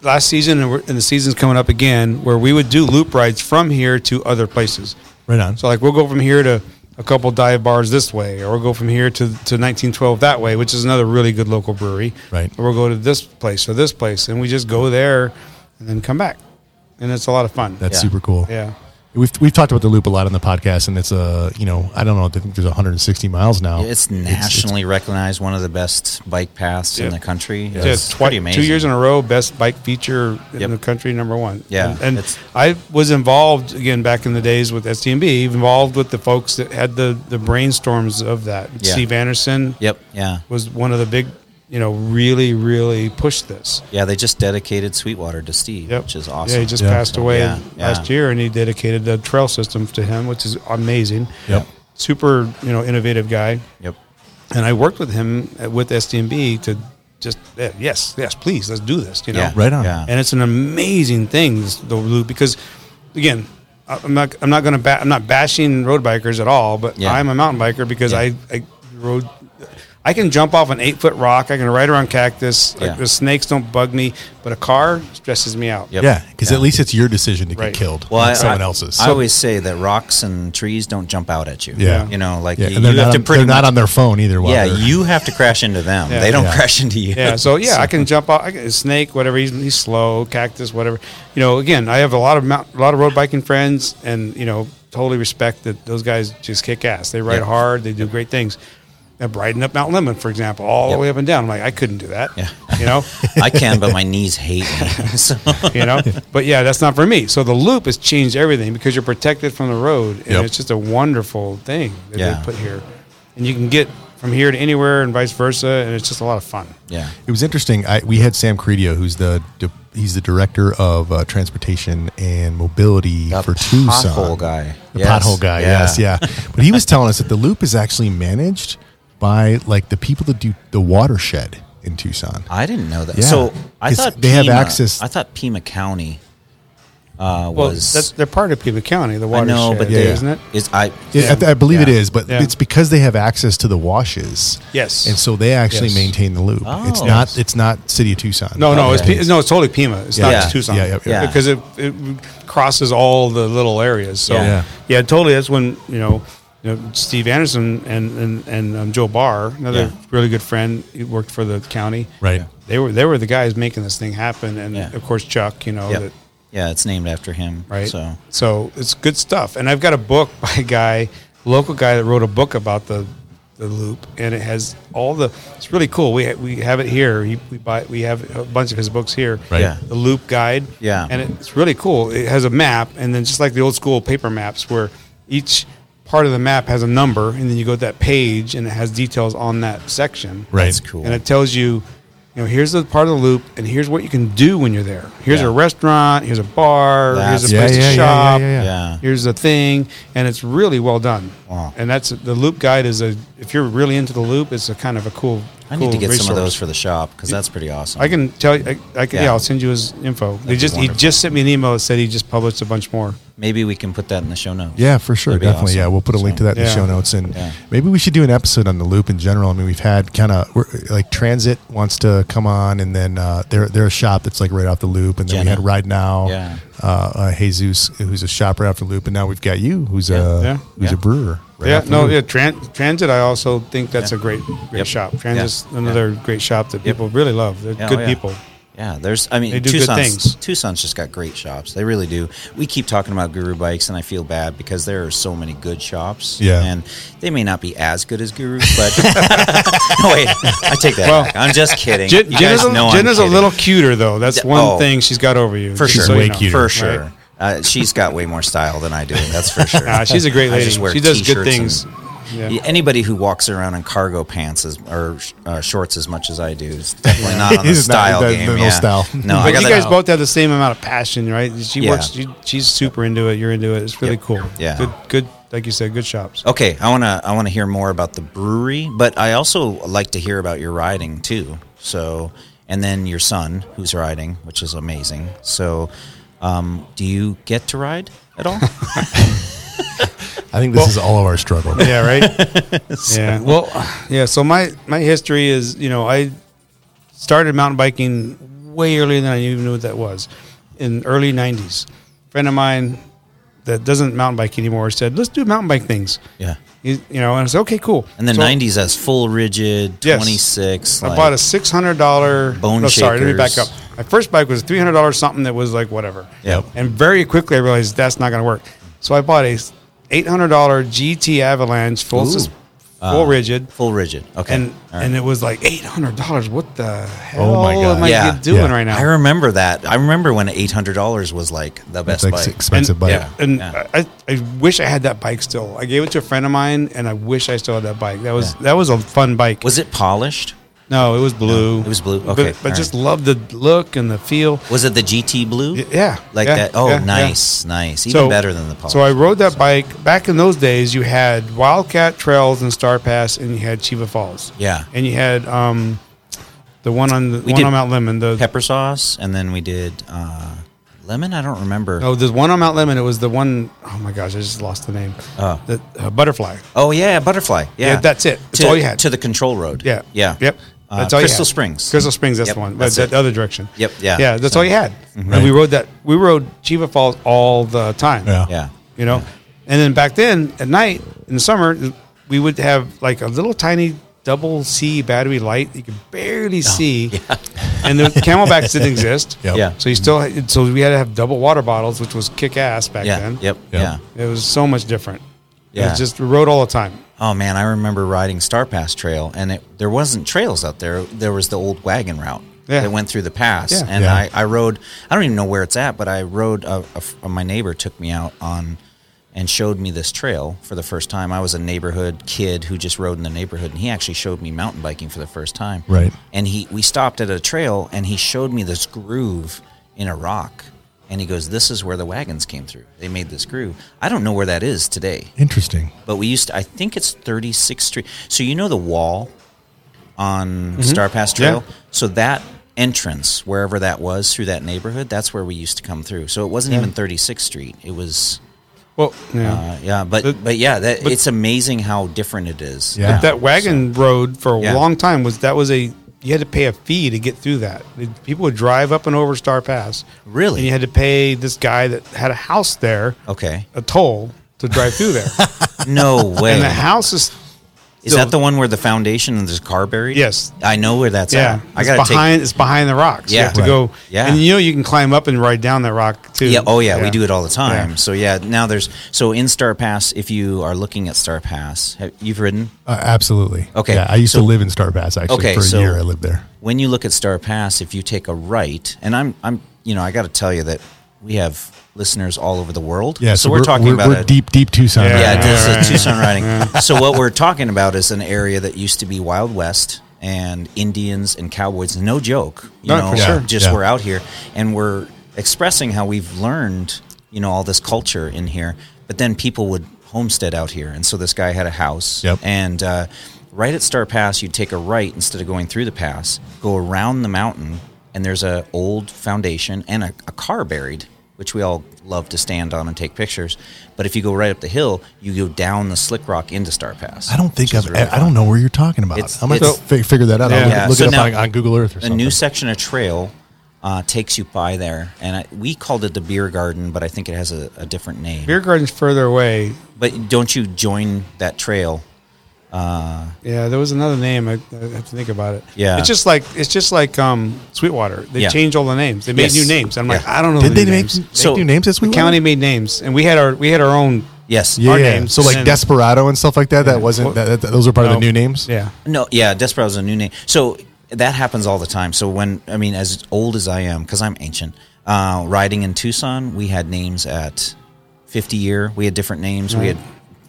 last season and, we're, and the season's coming up again where we would do loop rides from here to other places Right on. so like we'll go from here to a couple dive bars this way or we'll go from here to, to 1912 that way which is another really good local brewery Right. or we'll go to this place or this place and we just go there and then come back and it's a lot of fun That's Yeah. super cool. yeah We've, we've talked about the loop a lot on the podcast, and it's a you know I don't know I think there's 160 miles now. It's nationally recognized, one of the best bike paths in Yeah. the country. Yeah, It's twi- pretty amazing. Two years in a row, best bike feature in Yep. the country, number one. Yeah, and, and it's- I was involved again back in the days with STMB, involved with the folks that had the the brainstorms of that. Yeah. Steve Anderson Yep. Yeah. was one of the big, you know, really really pushed this. Yeah. They just dedicated Sweetwater to Steve, Yep, which is awesome. Yeah, he just Yeah. passed away Yeah, yeah. last year, and he dedicated the trail system to him, which is amazing. Yep. super, you know, innovative guy. Yep. and I worked with him at, with SDMB to just eh, yes, yes, please, let's do this. You know, Yeah. Right on. Yeah. and it's an amazing thing this- the loop because again, I- I'm not I'm not going to ba- I'm not bashing road bikers at all, but Yeah. I'm a mountain biker because Yeah. I I rode. I can jump off an eight foot rock. I can ride around cactus. Yeah. Like, the snakes don't bug me, but a car stresses me out. Yep. yeah, because Yeah. at least it's your decision to get Right. killed, Well, not I- someone I, else's. I always say that rocks and trees don't jump out at you. Yeah. You know, like yeah, you, and they're, you not have on, to pretty they're not much- on their phone either. While Yeah. they're- You have to crash into them. Yeah. They don't Yeah. crash into you. Yeah, so yeah, I can jump off. I can, snake, whatever. He's, he's slow, cactus, whatever. You know, again, I have a lot of mount, a lot of road biking friends, and you know, totally respect that those guys just kick ass. They ride Yeah. hard. They do great things. And riding up Mount Lemon, for example, all Yep. the way up and down. I'm like, I couldn't do that. Yeah. You know, I can, but my knees hate me. So, you know. But yeah, that's not for me. So the loop has changed everything because you're protected from the road, and Yep. it's just a wonderful thing that Yeah. they put here, and you can get from here to anywhere and vice versa, and it's just a lot of fun. yeah. It was interesting. I, we had Sam Credio, who's the di- he's the director of uh, transportation and mobility The for Tucson. pothole guy. the Yes. pothole guy. Yeah. Yes, yeah. but he was telling us that the loop is actually managed by like the people that do the watershed in Tucson. I didn't know that. Yeah. So I 'Cause thought they have Pima- access- I thought Pima County uh, Well, was that's, they're part of Cuba County, the I watershed, know, but Yeah, they- yeah. isn't it? Is I It- I, I believe it Yeah. is, but Yeah. it's because they have access to the washes. Yes. and so they actually Yes. maintain the loop. It's Oh. not. It's not city of Tucson. No, no, Okay. it's P- no, it's totally Pima. It's not Yeah. just Tucson. Yeah, yeah, yeah. Because it, it crosses all the little areas. So Yeah. Yeah. yeah, totally. That's when you know, you know Steve Anderson and and, and um, Joe Barr, another Yeah. really good friend, he worked for the county. right. They were they were the guys making this thing happen, and Yeah. of course Chuck, you know, Yep. that, yeah, it's named after him. right? So So it's good stuff. And I've got a book by a guy, local guy that wrote a book about the the loop, and it has all the. It's really cool. We ha- we have it here. He, we buy we have a bunch of his books here. Right. Yeah. The loop guide. Yeah. And it's really cool. It has a map, and then just like the old school paper maps, where each part of the map has a number, and then you go to that page, and it has details on that section. Right. that's cool. And it tells you, you know, here's the part of the loop, and here's what you can do when you're there. Here's Yeah. a restaurant. Here's a bar. That's here's a Yeah, place yeah, yeah, to shop. yeah, yeah, yeah. Here's a thing, and it's really well done. Wow. And that's the loop guide is a. If you're really into the loop, it's a kind of a cool. I need cool to get some of resource. those for the shop because that's pretty awesome. I can tell you. I, I can, yeah. Yeah. I'll send you his info. they be just he wonderful. just sent me an email that said he just published a bunch more. Maybe we can put that in the show notes. Yeah, for sure, That'd be definitely. awesome. Yeah, we'll put a link So- to that in the Yeah. show notes, and Yeah. maybe we should do an episode on the loop in general. I mean, we've had kind of like Transit wants to come on, and then uh, they're they're a shop that's like right off the loop, and then we Jenna. had Ride Now, Yeah. uh, uh, Jesus, who's a shop right off the loop, and now we've got you, who's a Yeah. who's Yeah. a brewer. Right yeah, off the no, loop. yeah. Tran- transit, I also think that's Mm-hmm. Yeah. a great, great Yep. shop. Transit's Yeah. another great shop that people really love. They're Yeah, good oh, yeah. people. Yeah, there's. I mean, They do good Tucson's, things. Tucson's just got great shops. They really do. We keep talking about Guru Bikes, and I feel bad because there are so many good shops. Yeah. and they may not be as good as Guru, but no, wait, I take that. Well, back. I'm just kidding. Jen, you Jenna's, guys a, know I'm Jenna's a kidding. little cuter though. That's Yeah, one oh. thing she's got over you. for just sure, so you way know. cuter. for right? sure. Uh, she's got way more style than I do. That's for sure. Nah, Ah, she's a great I lady. just wear She does good t-shirts things. and- Yeah. Yeah, Anybody who walks around in cargo pants as, or uh, shorts as much as I do is definitely not on the He's not- style that- game. no yeah. style. No, I but got you that. guys both have the same amount of passion, right? She Yeah. works. She, she's super into it. You're into it. It's really Yep. cool. Yeah. Oh. Good. Good. Like you said, good shops. Okay, I wanna I wanna hear more about the brewery, but I also like to hear about your riding too. So, and then your son who's riding, which is amazing. So, um, do you get to ride at all? I think this is all of our struggle. Yeah, right. yeah. Well, yeah. So my my history is, you know, I started mountain biking way earlier than I even knew what that was, in early '90s. friend of mine that doesn't mountain bike anymore said, "Let's do mountain bike things." yeah. You, you know, and I said, "Okay, cool." In the So '90s, that's full rigid, Yes. 26. I like- bought a six hundred dollar Bone no, Sorry, let me shakers. back up. My first bike was three hundred dollars something that was like whatever. Yep. And very quickly I realized that's not going to work. So I bought a eight hundred dollar GT Avalanche full Ooh. sus- full Uh, rigid. full rigid. Okay, And All right. and it was like eight hundred dollars. What the hell Oh my God. am I Yeah. doing Yeah. right now? I remember that. I remember when eight hundred dollars was like the It's best like bike. expensive and, bike. Yeah, and Yeah. I, I wish I had that bike still. I gave it to a friend of mine, and I wish I still had that bike. That was Yeah. that was a fun bike. Was it polished? no, it was blue. it was blue. But- Okay, but, all just right. loved the look and the feel. Was it the GT blue? Y- Yeah, like yeah, that. Oh, yeah, yeah. nice, nice. Even better than the polished. So I rode that bike back in those days. You had Wildcat Trails and Star Pass, and you had Chiva Falls. Yeah. and you had um, the one on the We one did on Mount Lemon. The pepper sauce, and then we did uh, lemon. I don't remember. no, the one on Mount Lemon. It was the one oh my gosh, I just lost the name. Oh. the uh, butterfly. Oh yeah, butterfly. Yeah, Yeah, that's it. That's to, all you had. to the control road. Yeah. yeah, Yep. Uh, That's all you Crystal had. Springs. Crystal Springs. That's Yep, the one. that's That's it. the other direction. Yep, yeah. Yeah. That's So- mm-hmm. all you had. Right. And we rode that. We rode Chiva Falls all the time. Yeah. Yeah, You know, and then back then at night in the summer, we would have like a little tiny double C battery light that you could Oh, barely see, and the Camelbacks didn't exist. Yep. Yeah. So you still had, so we had to have double water bottles, which was kick ass back yeah, then. yep, Yeah. yeah. It was so much different. It Yeah. was just we rode all the time. Oh man, I remember riding Star Pass Trail, and it, there wasn't trails out there. There was the old wagon route Yeah. that went through the pass, Yeah. and Yeah. I, I rode. I don't even know where it's at, but I rode. uh, A, a f- my neighbor took me out on and showed me this trail for the first time. I was a neighborhood kid who just rode in the neighborhood, and he actually showed me mountain biking for the first time. Right. And he we stopped at a trail, and he showed me this groove in a rock. And he goes, "This is where the wagons came through. They made this groove. I don't know where that is today Interesting. but we used to, I think it's 36th Street. So you know the wall on Star Pass Trail? Mm-hmm. Yeah. So that entrance, wherever that was through that neighborhood, that's where we used to come through. So it wasn't even 36th Street. It was, Well, yeah. uh, yeah, but But- but, yeah, that but- it's amazing how different it is. Yeah. now. that wagon road for a Yeah. long time was that was a you had to pay a fee to get through that. It- People would drive up and over Star Pass. Really? And you had to pay this guy that had a house there Okay. a toll to drive through there. No way. and the house is Is that the one where the foundation and there's a car buried? Yes. I know where that's yeah, at. I it's gotta behind it's behind the rocks. You Yeah. have to Right. go Yeah. And you know you can climb up and ride down that rock too. take Yeah, oh yeah, we do it all the time. Yeah. So yeah, now there's so in Star Pass, if you are looking at Star Pass, have, you've ridden Uh, absolutely. Okay, Yeah, I used so- to live in Star Pass actually Okay, for a so- year. I lived there. when you look at Star Pass, if you take a right, and I'm I'm you know, I gotta tell you that we have listeners all over the world. Yeah. so, we're, talking about we're a- deep, deep Tucson. Yeah, right Yeah, now. it does a Tucson riding. So what we're talking about is an area that used to be Wild West and Indians and cowboys. No joke. You No, know, for sure. just Yeah. we're out here and we're expressing how we've learned, you know, all this culture in here. But then people would homestead out here, and so this guy had a house. Yep. And uh, right at Star Pass, you'd take a right instead of going through the pass, go around the mountain, and there's a old foundation and a, a car buried, which we all love to stand on and take pictures. But if you go right up the hill, you go down the slick rock into Star Pass. I don't think which is I've, e, really I don't know where you're talking about. It's- I'm going to it's- fi- figure that out. I'll Yeah. look, look So it up now- on, on Google Earth or a something. new section of trail uh, takes you by there, and I, we called it the beer garden, but I think it has a, a different name. Beer garden's further away. But don't you join that trail? Yeah, there was another name. I, I have to think about it. Yeah. it's just like it's just like um, Sweetwater. They Yeah. changed all the names. They made Yes. new names. I'm like, Yeah. I don't know. Did the they new make, names. make So- new names this the week? county made names, and we had our we had our own. Yes. Yeah. our names, So and like then- Desperado and stuff like that. That wasn't. Well, That, that- those were part of No. the new names. Yeah, No, yeah, Desperado is a new name. So that happens all the time. So when I mean, as old as I am, because I'm ancient, uh, riding in Tucson, we had names at 50 year. We had different names. We had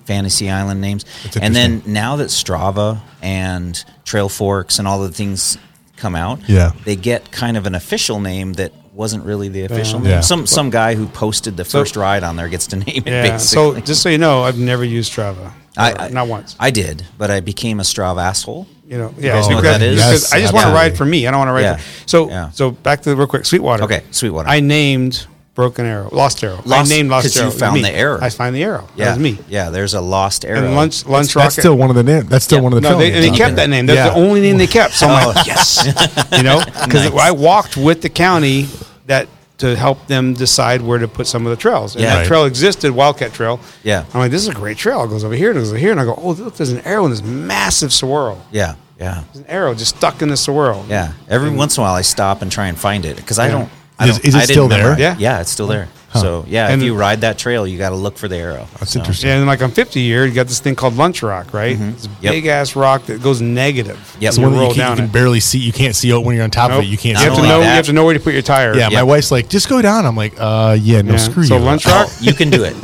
Fantasy Island names, and then now that Strava and Trail Forks and all the things come out, Yeah. they get kind of an official name that wasn't really the official Yeah. name. Some some guy who posted the first ride on there gets to name it. yeah. Basically. So just so you know, I've never used Strava. Or- not once. I did, but I became a Strava asshole. you know, yeah. Oh, guys know what because- that is? because Yes, I just want to absolutely. ride for me. I don't want to ride. Yeah. For, so Yeah. so back to the real quick Sweetwater. Okay, Sweetwater. I named Broken Arrow, Lost Arrow. Lost- I named Lost 'cause you Arrow. It was found me. the arrow. I find the arrow. Yeah, That was me. Yeah, there's a lost arrow. And lunch lunch rocket. That's still one of the names. That's still Yeah. one of the. no, they, film and they names. kept that name. That's Yeah. the only name they kept. So I'm like, yes, you know, because Oh, Nice. I walked with the county that to help them decide where to put some of the trails. And Yeah. that Right. trail existed, Wildcat Trail. Yeah. I'm like, this is a great trail. It goes over here and it goes over here, and I go, oh, look, there's an arrow in this massive swirl. Yeah, yeah, There's an arrow just stuck in the swirl. yeah. Every once in a while, I stop and try and find it because I Yeah. don't. I Is- don't is it I didn't still there? memorize- Yeah. yeah, it's still there. So yeah, And- if you ride that trail, you got to look for the arrow. That's So, interesting. Yeah, and like on 50 year, you got this thing called Lunch Rock, right? It's a Mm-hmm. Yep. big ass rock that goes negative. Yep. It's So You one that roll you can, you down can it. barely see. You can't see out when you're on top Nope. of it. You can't. Not see You have to only it. know. that- You have to know where to put your tire. Yeah, my Yeah. wife's like, just go down. I'm like, uh, yeah, no, Yeah. screw So you. lunch Uh, rock. oh, You can do it.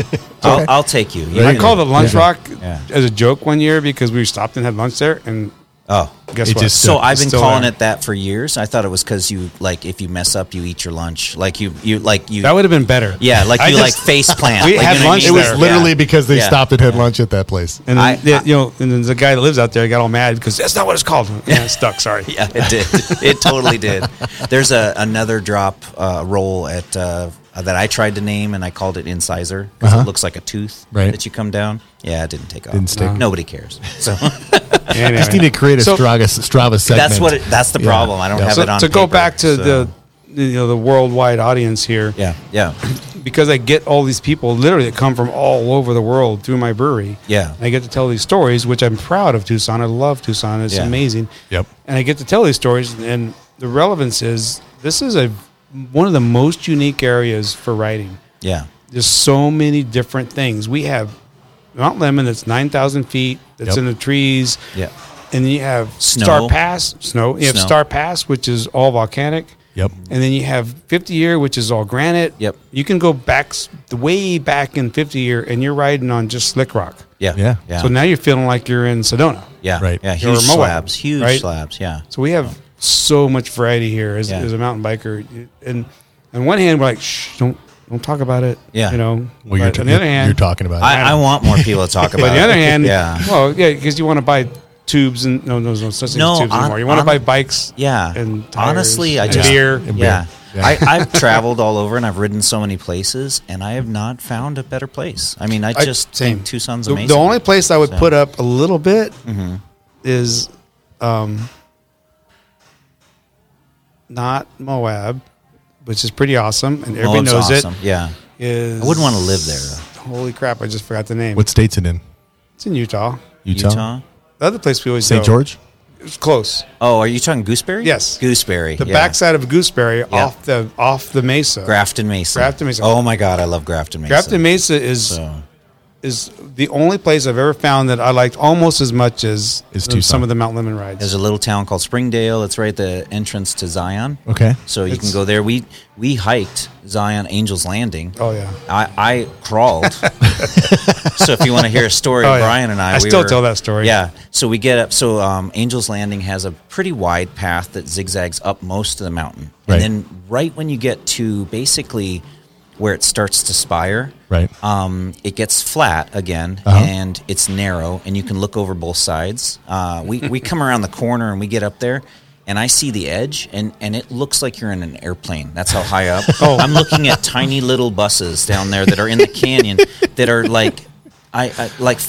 I'll, I'll take you. You I can- called it Lunch Yeah. Rock Yeah. as a joke one year because we stopped and had lunch there, and Oh, guess It what? just- so It's I've been still calling there. it that for years. I thought it was because you like if you mess up, you eat your lunch. Like you, you like you. that would have been better. yeah, like I you just- like face plant. We like, had you know what lunch I It mean? was there. literally Yeah. because they Yeah. stopped and had lunch at that place. And I- then, the- you know, and then the guy that lives out there got all mad because that's not what it's called. Yeah, it's stuck. Sorry. Yeah, it did. It totally did. There's a another drop uh, roll at uh, that I tried to name and I called it incisor because Uh-huh. it looks like a tooth Right. that you come down. Yeah, it didn't take off. Didn't stick. No. Nobody cares. So Anyway. Just need to create a So- Strava, Strava segment. that's what. It, that's the Yeah. problem. I don't Yeah. have So it on. to go paper, back so- to the you know the worldwide audience here. Yeah, yeah, because I get all these people literally that come from all over the world through my brewery. Yeah. And I get to tell these stories, which I'm proud of Tucson. I love Tucson. It's Yeah. amazing. Yep. And I get to tell these stories and the relevance is this is a one of the most unique areas for writing. yeah, There's so many different things. We have Mount Lemon that's 9,000 feet, that's Yep. in the trees. yeah. And you have Snow. Star Pass, snow. You have Snow. Star Pass, which is all volcanic. Yep. And then you have 50 year, which is all granite. Yep. You can go back s- way back in 50 year, and you're riding on just slick rock. Yeah, Yeah. yeah, So now you're feeling like you're in Sedona. yeah, Right. Yeah, You're huge a Moab, slabs, huge right? slabs. Yeah, So we have so much variety here as, Yeah. as a mountain biker. You- And on one hand, we're like, shh, don't don't talk about it. Yeah. You know. Well, you're, But on the other hand, you're talking about. it. I, I want more people to talk about. On the it. other hand, yeah, Well, yeah, because you want to buy tubes and no, no, no, such thing No, as tubes hon- anymore. You want to hon- buy bikes? Yeah. And tires honestly, I and just beer. And Yeah. beer. Yeah. I, I've traveled all over and I've ridden so many places and I have not found a better place. I mean, I I- just same. think Tucson's The, amazing. Oh, the only place I would So- Mm-hmm. put up a little bit is um, not Moab, which is pretty awesome, and everybody it's knows awesome. it. Yeah. Is I wouldn't want to live there, though. Holy crap! I just forgot the name. What state's it in? It's in Utah. Utah? Utah? The other place we always St. go- George? It's close. Oh, are you talking Gooseberry? Yes. Gooseberry. The yeah. backside of Gooseberry off the off the mesa. Grafton Mesa. Grafton Mesa. Oh, my God. I love Grafton Mesa. Grafton Mesa is So, is the only place I've ever found that I liked almost as much as Is the- some Tucson. of the Mount Lemon rides. there's a little town called Springdale. It's right at the entrance to Zion. Okay. So you can It's- go there. We we hiked Zion Angels Landing. oh yeah. I, I crawled. so if you want to hear a story, Oh, of yeah. Brian and I, I still tell that story. Yeah. So we get up. So um, Angels Landing has a pretty wide path that zigzags up most of the mountain, Right. and then right when you get to basically where it starts to spire, Right. um, it gets flat again Uh-huh. and it's narrow and you can look over both sides uh, we, we come around the corner and we get up there and i see the edge and, and it looks like you're in an airplane that's how high up oh. i'm looking at tiny little buses down there that are in the canyon that are like I, I like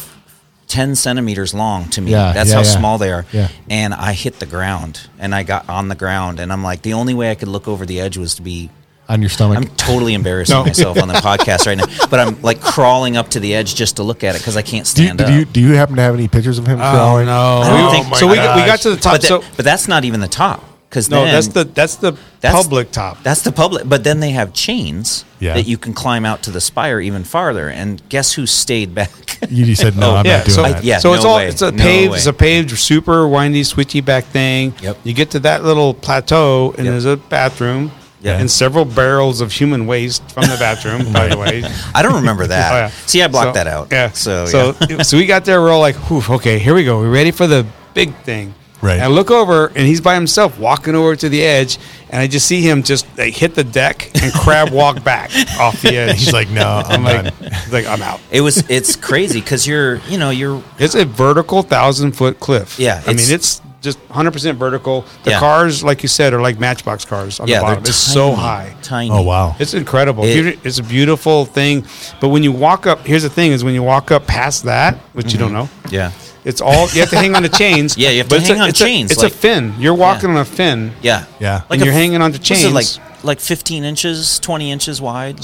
10 centimeters long to me Yeah, that's yeah, how yeah. small they are Yeah. and i hit the ground and i got on the ground and i'm like the only way i could look over the edge was to be On your stomach? I'm totally embarrassing myself on the podcast right now, but I'm like crawling up to the edge just to look at it because I can't do, you, stand do, up. you, do you happen to have any pictures of him crawling? I don't uh, Oh, We- think- so. We, we gosh. got to the top. but, that- so but that's not even the top because no, that's the that's the public top. That's the public. But then they have chains Yeah. that you can climb out to the spire even farther. And guess who stayed back? You just said, no, I'm Oh, yeah, not doing so, that. yeah, so it's no all way. it's a No paved way. it's a paved super windy switchy back thing. Yep. You get to that little plateau and Yep. there's a bathroom. Yeah. And several barrels of human waste from the bathroom, by the way. I don't remember that. Oh, yeah. See, I blocked So- that out. Yeah. So, so yeah. so we got there. We're all like, "Whew, okay, here we go. We're ready for the big thing." Right. And I look over, and he's by himself walking over to the edge, and I just see him just like, hit the deck and crab walk back off the edge. He's like, no, I'm I'm like, done. he's like, I'm out. it was it's crazy because you're you know you're It's a vertical thousand foot cliff. Yeah, I it's- mean, it's just 100% vertical. The Yeah. cars, like you said, are like matchbox cars on yeah the they're bottom. It's so tiny, high. tiny Oh, wow. It's incredible. It- Beauti- it's a beautiful thing. But when you walk up, here's the thing is when you walk up past that, which you don't know, yeah it's all, you have to hang on to chains. Mm-hmm. Yeah, you have but to it's hang a, on it's chains, A, it's like- a fin. You're walking on a fin. Yeah. Yeah. Like And you're hanging onto what's it, chains. like like 15 inches, 20 inches wide. Like,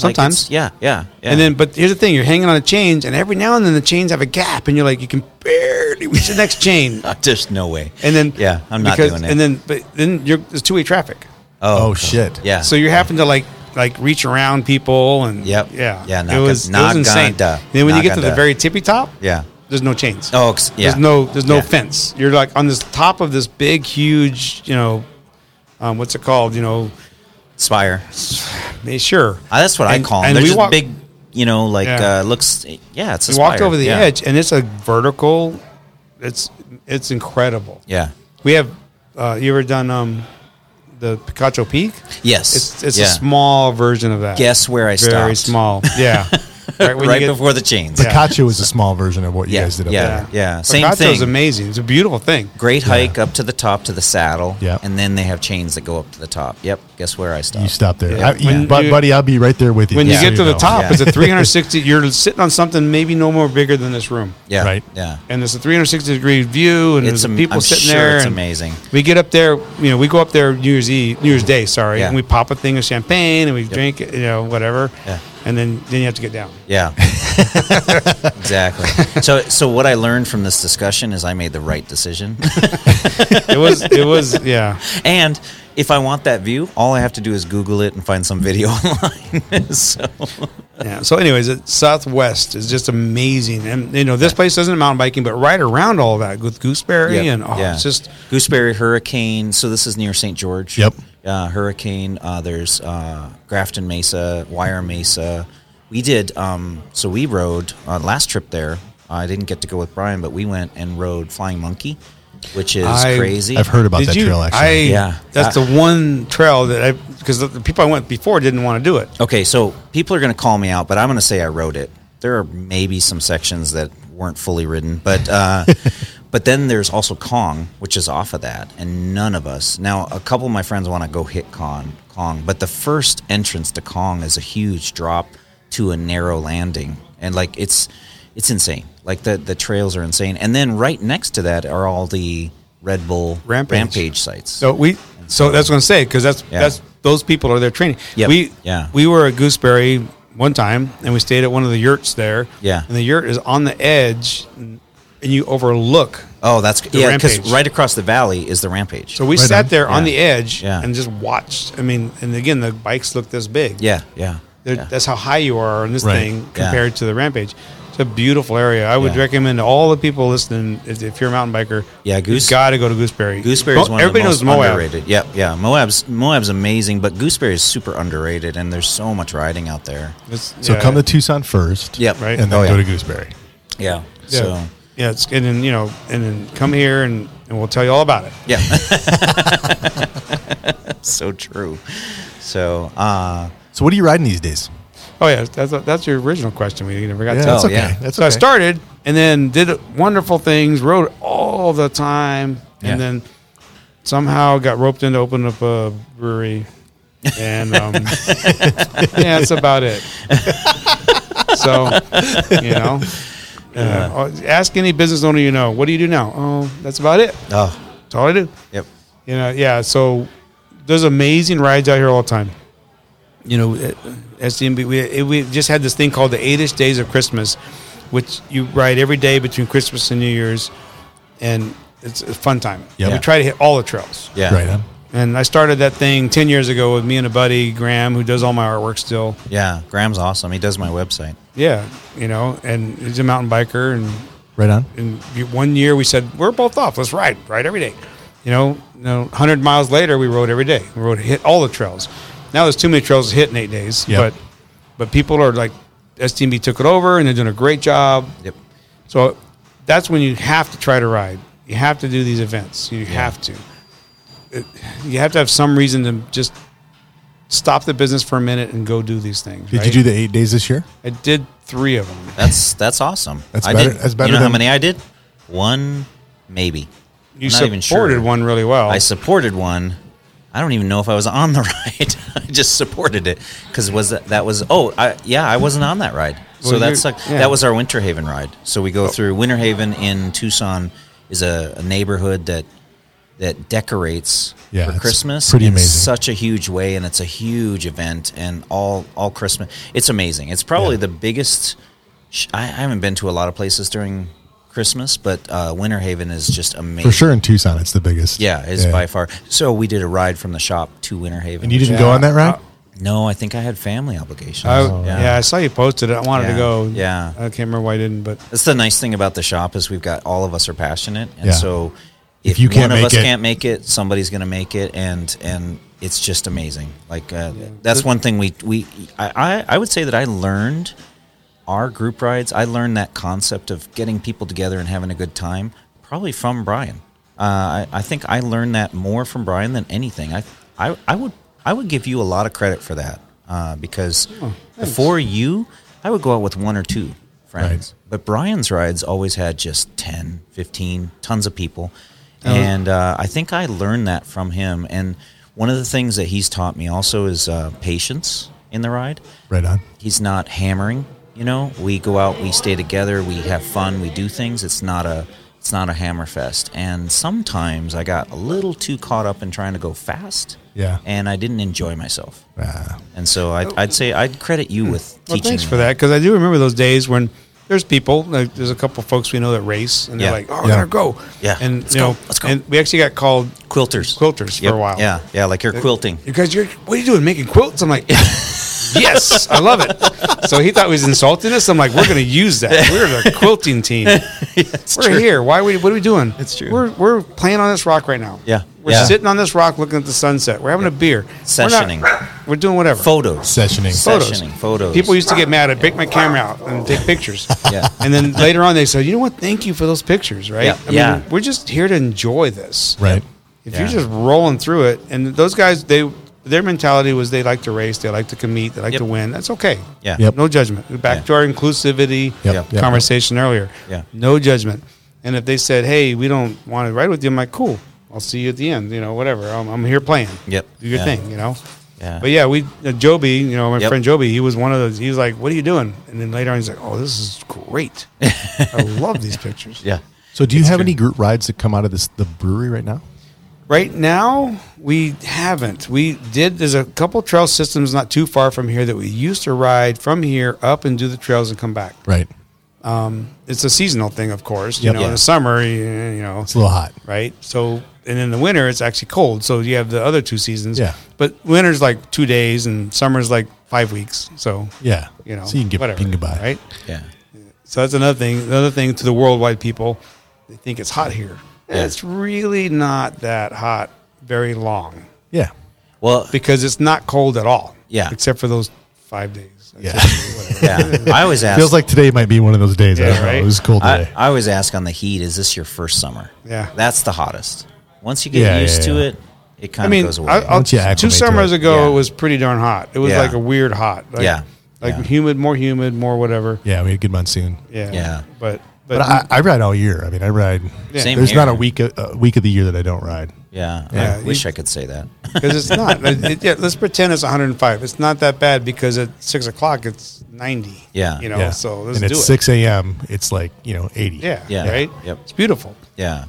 it's- Sometimes. yeah, yeah, yeah. And then, but here's the thing: you're hanging on a chains, and every now and then the chains have a gap, and you're like, you can barely reach the next chain. just Uh, no way. And then, yeah, I'm not because- doing it. And then, but then you're, there's two way traffic. Oh, God. shit. Yeah. So you're having to like like reach around people and Yep. yeah Yeah, it was, it was Naganda. insane. Then when you get to the Naganda. very tippy top, yeah. there's no chains. Oh, ex- yeah. There's no there's no Yeah. fence. You're like on this top of this big huge you know, um, what's it called? You know, Spire. eh, sure. Ah, that's what I And- call them. and They're we just walk- big, you know, like Yeah. uh, looks. Yeah, it's a We walked spire. over the Yeah. edge and it's a vertical. It's it's incredible. Yeah. We have uh, you ever done um, the Picacho Peak? Yes. It's it's yeah. a small version of that. Guess where I stopped? Very small. Yeah. Right, when you Right get- before the chains. Yeah. Kachu was a small version of what you Yeah, guys did up yeah. there. Same Picacho's thing. amazing. It's a beautiful thing. Great hike up to the top to the saddle. Yeah. And then they have chains that go up to the top. Yep. Guess where I stopped? You stopped there. Yeah. I, you- When bu- you- buddy, I'll be right there with you. When just you so get to the know. top, Yeah. it's a 360. You're sitting on something maybe no more bigger than this room, Yeah. Right. Yeah. and it's a 360 degree view, and It's there's am- people I'm sitting sure there. it's and amazing. We get up there. You know, we go up there New Year's Eve, New Year's Day, sorry, Yeah. and we pop a thing of champagne and we drink, it, you know, whatever, Yeah. and then then you have to get down. Yeah. exactly. So so what I learned from this discussion is I made the right decision. It was it was yeah. and if I want that view, all I have to do is Google it and find some video online. so Yeah. So, anyways, it, Southwest is just amazing, and you know this place isn't mountain biking, but right around all that with Gooseberry Yep, and oh, it's just Gooseberry Hurricane. So this is near St. George. Yep. Uh, Hurricane. Uh, there's uh, Grafton Mesa, Wire Mesa. We did. Um, so we rode uh, last trip there. I didn't get to go with Brian, but we went and rode Flying Monkey, which is I- crazy. I've heard about that trail, actually. I, Yeah. that's I- the one trail that I because the, the people I went before didn't want to do it. Okay, so people are going to call me out, but I'm going to say I wrote it. There are maybe some sections that weren't fully written, but uh, But then there's also Kong, which is off of that, and none of us. Now, a couple of my friends want to go hit Kong, Kong, but the first entrance to Kong is a huge drop to a narrow landing, and like it's it's insane. Like the the trails are insane, and then right next to that are all the Red Bull Rampage. sites. So we, so that's what I'm saying because that's Yeah. that's those people are there training. Yep. We Yeah. we were at Gooseberry one time and we stayed at one of the yurts there. Yeah. and the yurt is on the edge, and you overlook. oh, that's yeah, Rampage. because right across the valley is the Rampage. So we Right sat on. there on Yeah. the edge Yeah. and just watched. I mean, and again, the bikes look this big. yeah, yeah, They're- yeah. That's how high you are on this Right. thing Yeah. compared to the rampage. It's a beautiful area. I would Yeah. recommend to all the people listening if if you're a mountain biker. Yeah, Goose- you got to go to Gooseberry. Gooseberry is one Mo- of the everybody most knows Moab. underrated. Yeah, yeah. Moab's Moab's amazing, but Gooseberry is super underrated, and there's so much riding out there. It's- So yeah. come to Tucson first. Yep. Right. And then Oh, yeah. go to Gooseberry. Yeah. Yeah. So yeah, it's and then you know, and then come here and, and we'll tell you all about it. yeah. so true. So uh, So what are you riding these days? Oh yeah, that's that's your original question. We never got Yeah, to. that's Oh, okay. yeah. That's so I okay. started and then did wonderful things, rode all the time, Yeah. and then somehow got roped into opening up a brewery, and um, yeah, that's about it. so you know, uh, ask any business owner you know, what do you do now? Oh, that's about it. oh That's all I do. yep. You know, yeah. So there's amazing rides out here all the time. You know, uh, at SDMB, we it, we just had this thing called the Eightish Days of Christmas, which you ride every day between Christmas and New Year's, and it's a fun time. Yeah. we try to hit all the trails. Yeah. Right on. And I started that thing ten years ago with me and a buddy Graham, who does all my artwork still. Yeah. Graham's awesome. He does my website. Yeah, you know, and he's a mountain biker, and Right on. and you- one year we said we're both off. Let's ride, ride every day. You know, you know, hundred miles later we rode every day. We rode hit all the trails. Now there's too many trails to hit in eight days. Yeah. But but people are like STMB took it over and they're doing a great job. Yep. So that's when you have to try to ride. You have to do these events. You have to. It- you have to have some reason to just stop the business for a minute and go do these things. Did you do the eight days this year? I did three of them. That's that's awesome. That's I better- Did, that's better You know how than- many I did? One, maybe. I'm You not supported even sure. one really well. I supported one. I don't even know if I was on the ride. I just supported it because was that, that was oh I, yeah I wasn't on that ride. So Well, you're- that's like yeah. that was our Winter Haven ride. So we go through Winter Haven in Tucson is a, a neighborhood that that decorates Yeah, for it's Christmas. pretty in amazing. Such a huge way, and it's a huge event, and all all Christmas. It's amazing. It's probably Yeah. the biggest. sh- I, I haven't been to a lot of places during Christmas, but uh, Winter Haven is just amazing. For sure in Tucson, it's the biggest. Yeah, it's by far. So we did a ride from the shop to Winter Haven. And you didn't Yeah. go on that ride? No, I think I had family obligations. I, Oh, yeah. I saw you posted it. I wanted to Yeah. go. Yeah. I can't remember why I didn't, but That's the nice thing about the shop is we've got all of us are passionate, and Yeah. so if, you one can't of make us it- can't make it, somebody's going to make it, and and it's just amazing. Like uh, that's one thing we we I, I I would say that I learned our group rides. I learned that concept of getting people together and having a good time probably from Brian. Uh, I, I think I learned that more from Brian than anything. I I, I would I would give you a lot of credit for that uh, because before you, I would go out with one or two friends. Right. But Brian's rides always had just 10, 15, tons of people. And uh, I think I learned that from him. And one of the things that he's taught me also is uh, patience in the ride. Right on. He's not hammering, you know. We go out, we stay together, we have fun, we do things. It's not a it's not a hammer fest. And sometimes I got a little too caught up in trying to go fast. Yeah. And I didn't enjoy myself. Ah, And so I, I'd say I'd credit you with well, teaching thanks me for that because I do remember those days when there's people. Like, there's a couple folks we know that race, and Yeah. they're like, "Oh, we Yeah. gotta go!" Yeah. and Let's you go. know, Let's go. And we actually got called quilters. quilters for Yep. a while. Yeah, yeah, like you're quilting. because you're what are you doing making quilts? I'm like, yes, I love it. So he thought he was insulting us. I'm like, we're gonna use that. We're the quilting team. we're here. Why are we? What are we doing? It's true. We're we're playing on this rock right now. Yeah. we're Yeah. sitting on this rock looking at the sunset. We're having a beer. We're not- Sessioning. We're doing whatever. Photos. sessioning. So- Sessioning, photos. People used to get mad. I'd break my camera out and take pictures. Yeah. And then later on, they said, you know what? Thank you for those pictures, right? Yeah. Yeah. we're just here to enjoy this. right. If Yeah. you're just rolling through it, and those guys, they their mentality was they like to race, they like to compete, they like Yep. to win. That's okay. Yeah. Yep. No judgment. Back Yeah. to our inclusivity Yep. Yep. conversation earlier. Yeah. No judgment. And if they said, "Hey, we don't want to ride with you," I'm like, "Cool, I'll see you at the end." You know, whatever. I'm, I'm here playing. Yep. Do your Yeah. thing. You know. Yeah. But yeah, we uh, Joby, you know, my Yep. friend Joby, he was one of those. He was like, "What are you doing?" And then later on, he's like, "Oh, this is great. I love these pictures." Yeah. So, do you have any group rides that come out of this the brewery right now? Right now, we haven't. We did. There's a couple trail systems not too far from here that we used to ride from here up and do the trails and come back. Right, It's a seasonal thing, of course. You Yep. know, in Yeah. the summer, you, you know, it's a little hot. right? So, and in the winter, it's actually cold. So you have the other two seasons. Yeah. But winter's like two days, and summer's like five weeks. So, Yeah, you know, so you can get whatever, you can get by. right? Yeah. So that's another thing. Another thing to the worldwide people, they think it's hot here. Yeah. It's really not that hot very long Yeah, Well, because it's not cold at all. Yeah. Except for those five days. Yeah. Whatever. yeah. I always ask. feels like today might be one of those days. I Yeah, don't know. right? It was cool I, today. I always ask on the heat. Is this your first summer? Yeah. That's the hottest. Once you get Yeah, used yeah, to yeah. it, it kind I of mean, goes away. I, I'll, Once you two acclimate to summers it. ago, Yeah. it was pretty darn hot. It was Yeah. like a weird hot. Like, Yeah. Like Yeah. humid, more humid, more whatever. yeah, we had a good monsoon. Yeah. Yeah. But, but, But I, I ride all year. I mean, I ride. Yeah. Same There's here. not a week a a week of the year that I don't ride. yeah. Yeah, I you- wish I could say that. because it's not. Like, it- yeah, let's pretend it's 105. It's not that bad because at six o'clock it's 90. Yeah. You know, yeah. so let's and do it's it. six a.m. It's like you know eighty. Yeah. Yeah. Right. Yep. It's beautiful. yeah.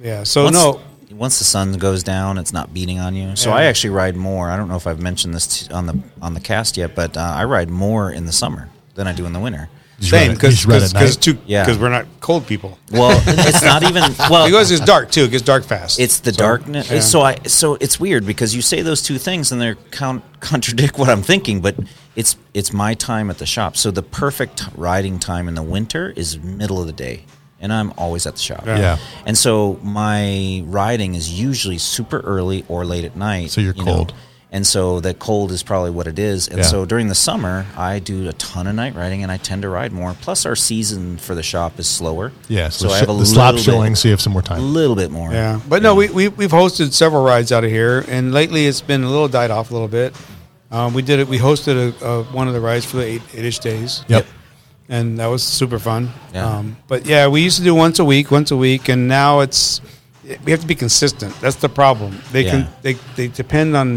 Yeah. So once, no. Once the sun goes down, it's not beating on you. So Yeah. I actually ride more. I don't know if I've mentioned this t- on the on the cast yet, but uh, I ride more in the summer than I do in the winter. Just ride Same at- just ride at because night. because Yeah. because we're not cold people. Well, it's not even well. Because it's dark too. It gets dark fast. It's the So, darkness. yeah. So I so it's weird because you say those two things and they're count, contradict what I'm thinking, but it's it's my time at the shop. So the perfect riding time in the winter is middle of the day, and I'm always at the shop. Yeah. Yeah. And so my riding is usually super early or late at night. So you're you know. cold. And so the cold is probably what it is. And Yeah. so during the summer, I do a ton of night riding and I tend to ride more. Plus, our season for the shop is slower. Yeah, So, so, I sh- have a the little slop bit- showing, so you have some more time. little bit more. Yeah, but no, we, we we've hosted several rides out of here, and lately it's been a little died off a little bit. Um, we did it. We hosted a, a, one of the rides for the eight eight-ish days. Yep. and that was super fun. Yeah. Um, but yeah, we used to do once a week, once a week, and now it's we have to be consistent. That's the problem. They Yeah. can they they depend on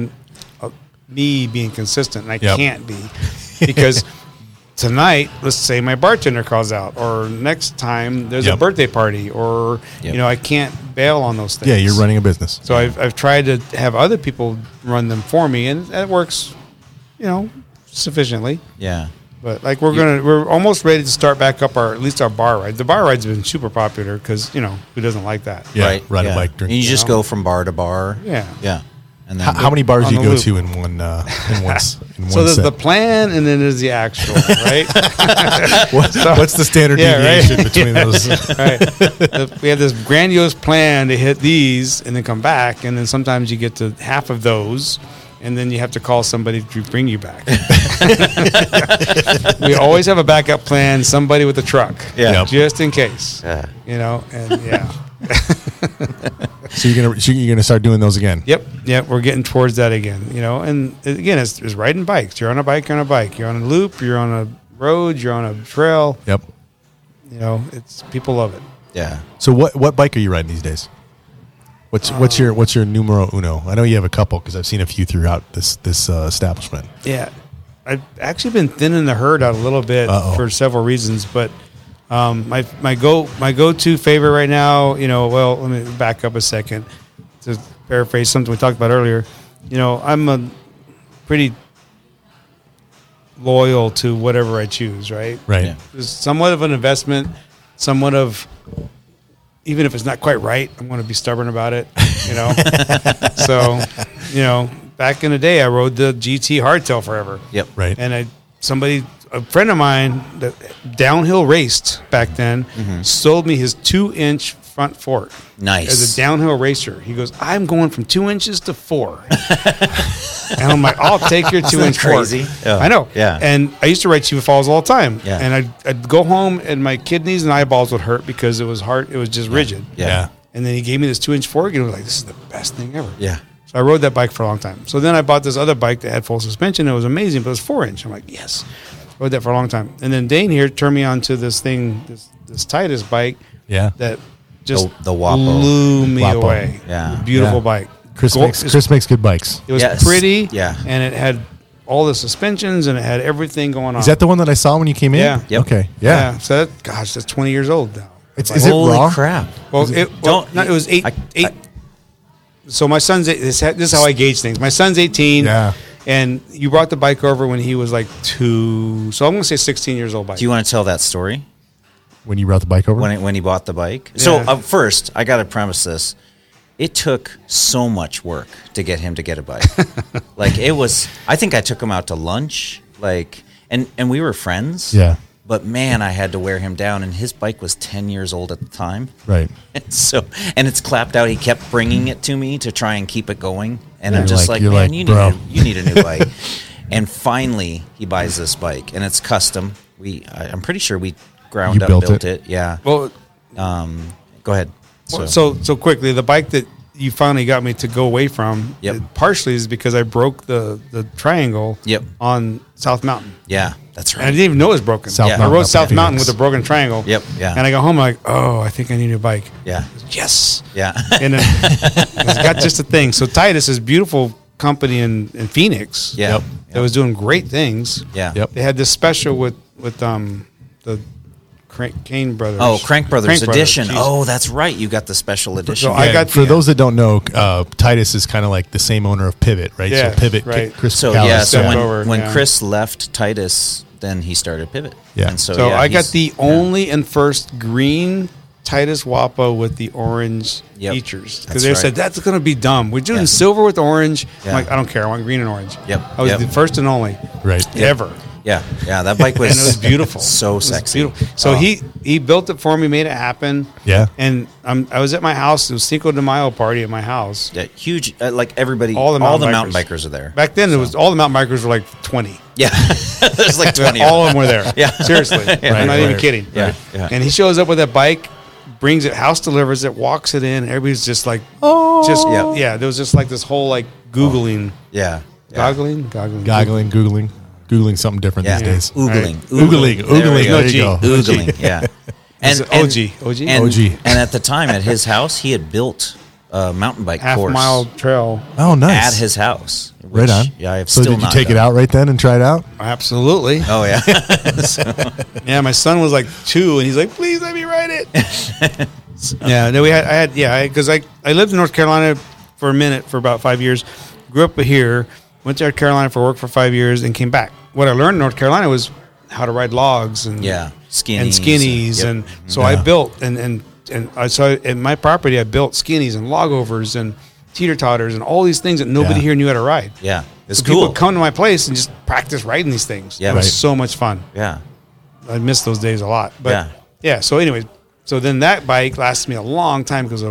uh, me being consistent, and I Yep. can't be because. Tonight, let's say my bartender calls out, or next time there's a Yep. birthday party, or Yep. you know I can't bail on those things. Yeah, you're running a business. So I've, I've tried to have other people run them for me, and that works, you know, sufficiently. Yeah. But like we're gonna, we're almost ready to start back up our at least our bar ride. The bar ride's been super popular because you know who doesn't like that? Yeah, right. ride a yeah. bike, drink- And you just Yeah. go from bar to bar. Yeah. Yeah. And then how, how many bars on do you the go loop. to in one uh, in one s- in So one there's set? the plan, and then there's the actual, right? What- what's the standard Yeah, right. deviation between those? right. The- we have this grandiose plan to hit these, and then come back, and then sometimes you get to half of those, and then you have to call somebody to bring you back. we always have a backup plan, somebody with a truck. Yeah. Yep. just in case. Yeah. You know, and yeah. So you're gonna so you're gonna start doing those again? yep. Yep. We're getting towards that again. You know, and again, it's, it's riding bikes. You're on a bike, you're on a bike. You're on a loop, you're on a road, you're on a trail. Yep. You know, it's people love it. Yeah. So what what bike are you riding these days? What's what's your what's your numero uno? I know you have a couple because I've seen a few throughout this this uh, establishment. Yeah. I've actually been thinning the herd out a little bit Uh-oh. for several reasons, but um, my my go my go to favorite right now, you know, well, let me back up a second to paraphrase something we talked about earlier. You know, I'm a pretty loyal to whatever I choose, right? Right. Yeah. It's somewhat of an investment, somewhat of even if it's not quite right, I'm going to be stubborn about it, you know. so, you know, back in the day, I rode the GT hardtail forever. Yep. Right. And I somebody a friend of mine that downhill raced back then Mm-hmm. sold me his two inch front fork. Nice. As a downhill racer, he goes, "I'm going from two inches to four. and I'm like, "I'll take your two that inch fork." crazy? Yeah. I know. Yeah. And I used to ride Chiva Falls all the time. Yeah. And I'd, I'd go home, and my kidneys and eyeballs would hurt because it was hard. It was just rigid. Yeah. And then he gave me this two inch fork, and I was like, "This is the best thing ever." Yeah. So I rode that bike for a long time. So then I bought this other bike that had full suspension. It was amazing, but it was four inch. I'm like, yes, rode that for a long time. And then Dane here turned me on to this thing, this this Titus bike. Yeah. that just The- the Wapo. blew me Wapo. away. Yeah. beautiful Yeah. bike. Chris Gold- makes Chris makes good bikes. It was Yes. pretty, Yeah. and it had all the suspensions and it had everything going on. Is that the one that I saw when you came in? Yeah. Yep. Okay. yeah? Yeah. So that, gosh, that's twenty years old now. It's, Like, is it Holy raw? crap! Well, it, well, Don't- no, it was eight. I- eight. I- so my son's eight- this. ha- This is how I gauge things. My son's eighteen. Yeah. And you brought the bike over when he was like two. So I'm gonna say sixteen years old bike. Do you want to tell that story When you brought the bike over? when it, when he bought the bike? So Yeah. uh, first, I got to premise this: it took so much work to get him to get a bike. like it was. I think I took him out to lunch. Like and and we were friends. Yeah. But man, I had to wear him down, and his bike was ten years old at the time. right. And so and it's clapped out. He kept bringing it to me to try and keep it going, and I'm You're just like- like, you're man, like, you need "Bro." a, you need a new bike. and finally, he buys this bike, and it's custom. We I, I'm pretty sure we ground You up built built, it. it. Yeah. Mm. Well, Go ahead. Well, so so quickly, the bike that you finally got me to go away from, Yep. it partially is because I broke the the triangle Yep. on South Mountain, yeah, that's and I right. didn't even know it was broken. South Yeah. I Mountain rode up South in Mountain Phoenix. with a broken triangle. Yep, yeah. And I go home like, oh, I think I need a bike. Yeah. Yes. Yeah. And then it's got just a thing. So Titus is beautiful company in, in Phoenix. Yeah. Yep. That was doing great things. Yeah. Yep. They had this special with with um the Crank, Kane Brothers. Oh, Crank Brothers Crank edition. Jeez. oh, that's right. You got the special edition. I And got for the- those that don't know, uh, Titus is kind of like the same owner of Pivot, right? Yeah, so Pivot, right. Chris so Callis, yeah, so yeah. when, Over, when yeah. Chris left Titus, then he started Pivot. Yeah. And so, So yeah, I got he's- the only and first green Titus Wapo with the orange Yep. features because That's they right. said that's going to be dumb. We're doing Yeah. silver with orange. Yeah. I'm like, I don't care. I want green and orange. Yep. I was Yep. the first and only right? ever. Yeah, yeah, that bike was And it was beautiful. It so was sexy. beautiful. So Oh, he he built it for me, made it happen. Yeah. And um, I was at my house. It was Cinco de Mayo party at my house. yeah, huge. Uh, like everybody, All all the the mountain mountain, bikers. bikers are there. Back then, it was all the mountain bikers were like twenty. yeah, there's like twenty. All of of them were there. Yeah. Seriously. I'm not Right, even right. kidding. Yeah, Right. yeah. And he shows up with that bike, brings it, house delivers it, walks it in. Everybody's just like, oh. Just, yeah. Yeah. yeah. There was just like this whole like Googling. them. Yeah, yeah. Goggling? Goggling. Goggling, googling, googling something different yeah. these days. Oogling, Oogling, There we oogling. go. There you go. oogling. Yeah, Is and it OG? OG? and, OG. and at the time at his house, he had built a mountain bike Half course mile trail. Oh, nice. at his house. right which, on. Yeah, I have so still did you not take it done. out right then and try it out? Absolutely. Oh yeah, Yeah, my son was like two, and he's like, "Please let me ride it." yeah, no, we had, I had, yeah, because I, I lived in North Carolina for a minute for about five years, grew up here, went to North Carolina for work for five years, and came back. What I learned in North Carolina was how to ride logs and Yeah, and skinnies. skinnies, Yep. Mm-hmm. and so I built and and and I so in my property I built skinnies and log overs and teeter totters and all these things that nobody Yeah. here knew how to ride. yeah. It's So people cool. would come to my place and just practice riding these things. Yeah. it was Right. so much fun. yeah, I miss those days a lot. But yeah. Yeah. So anyway, so then that bike lasted me a long time because I,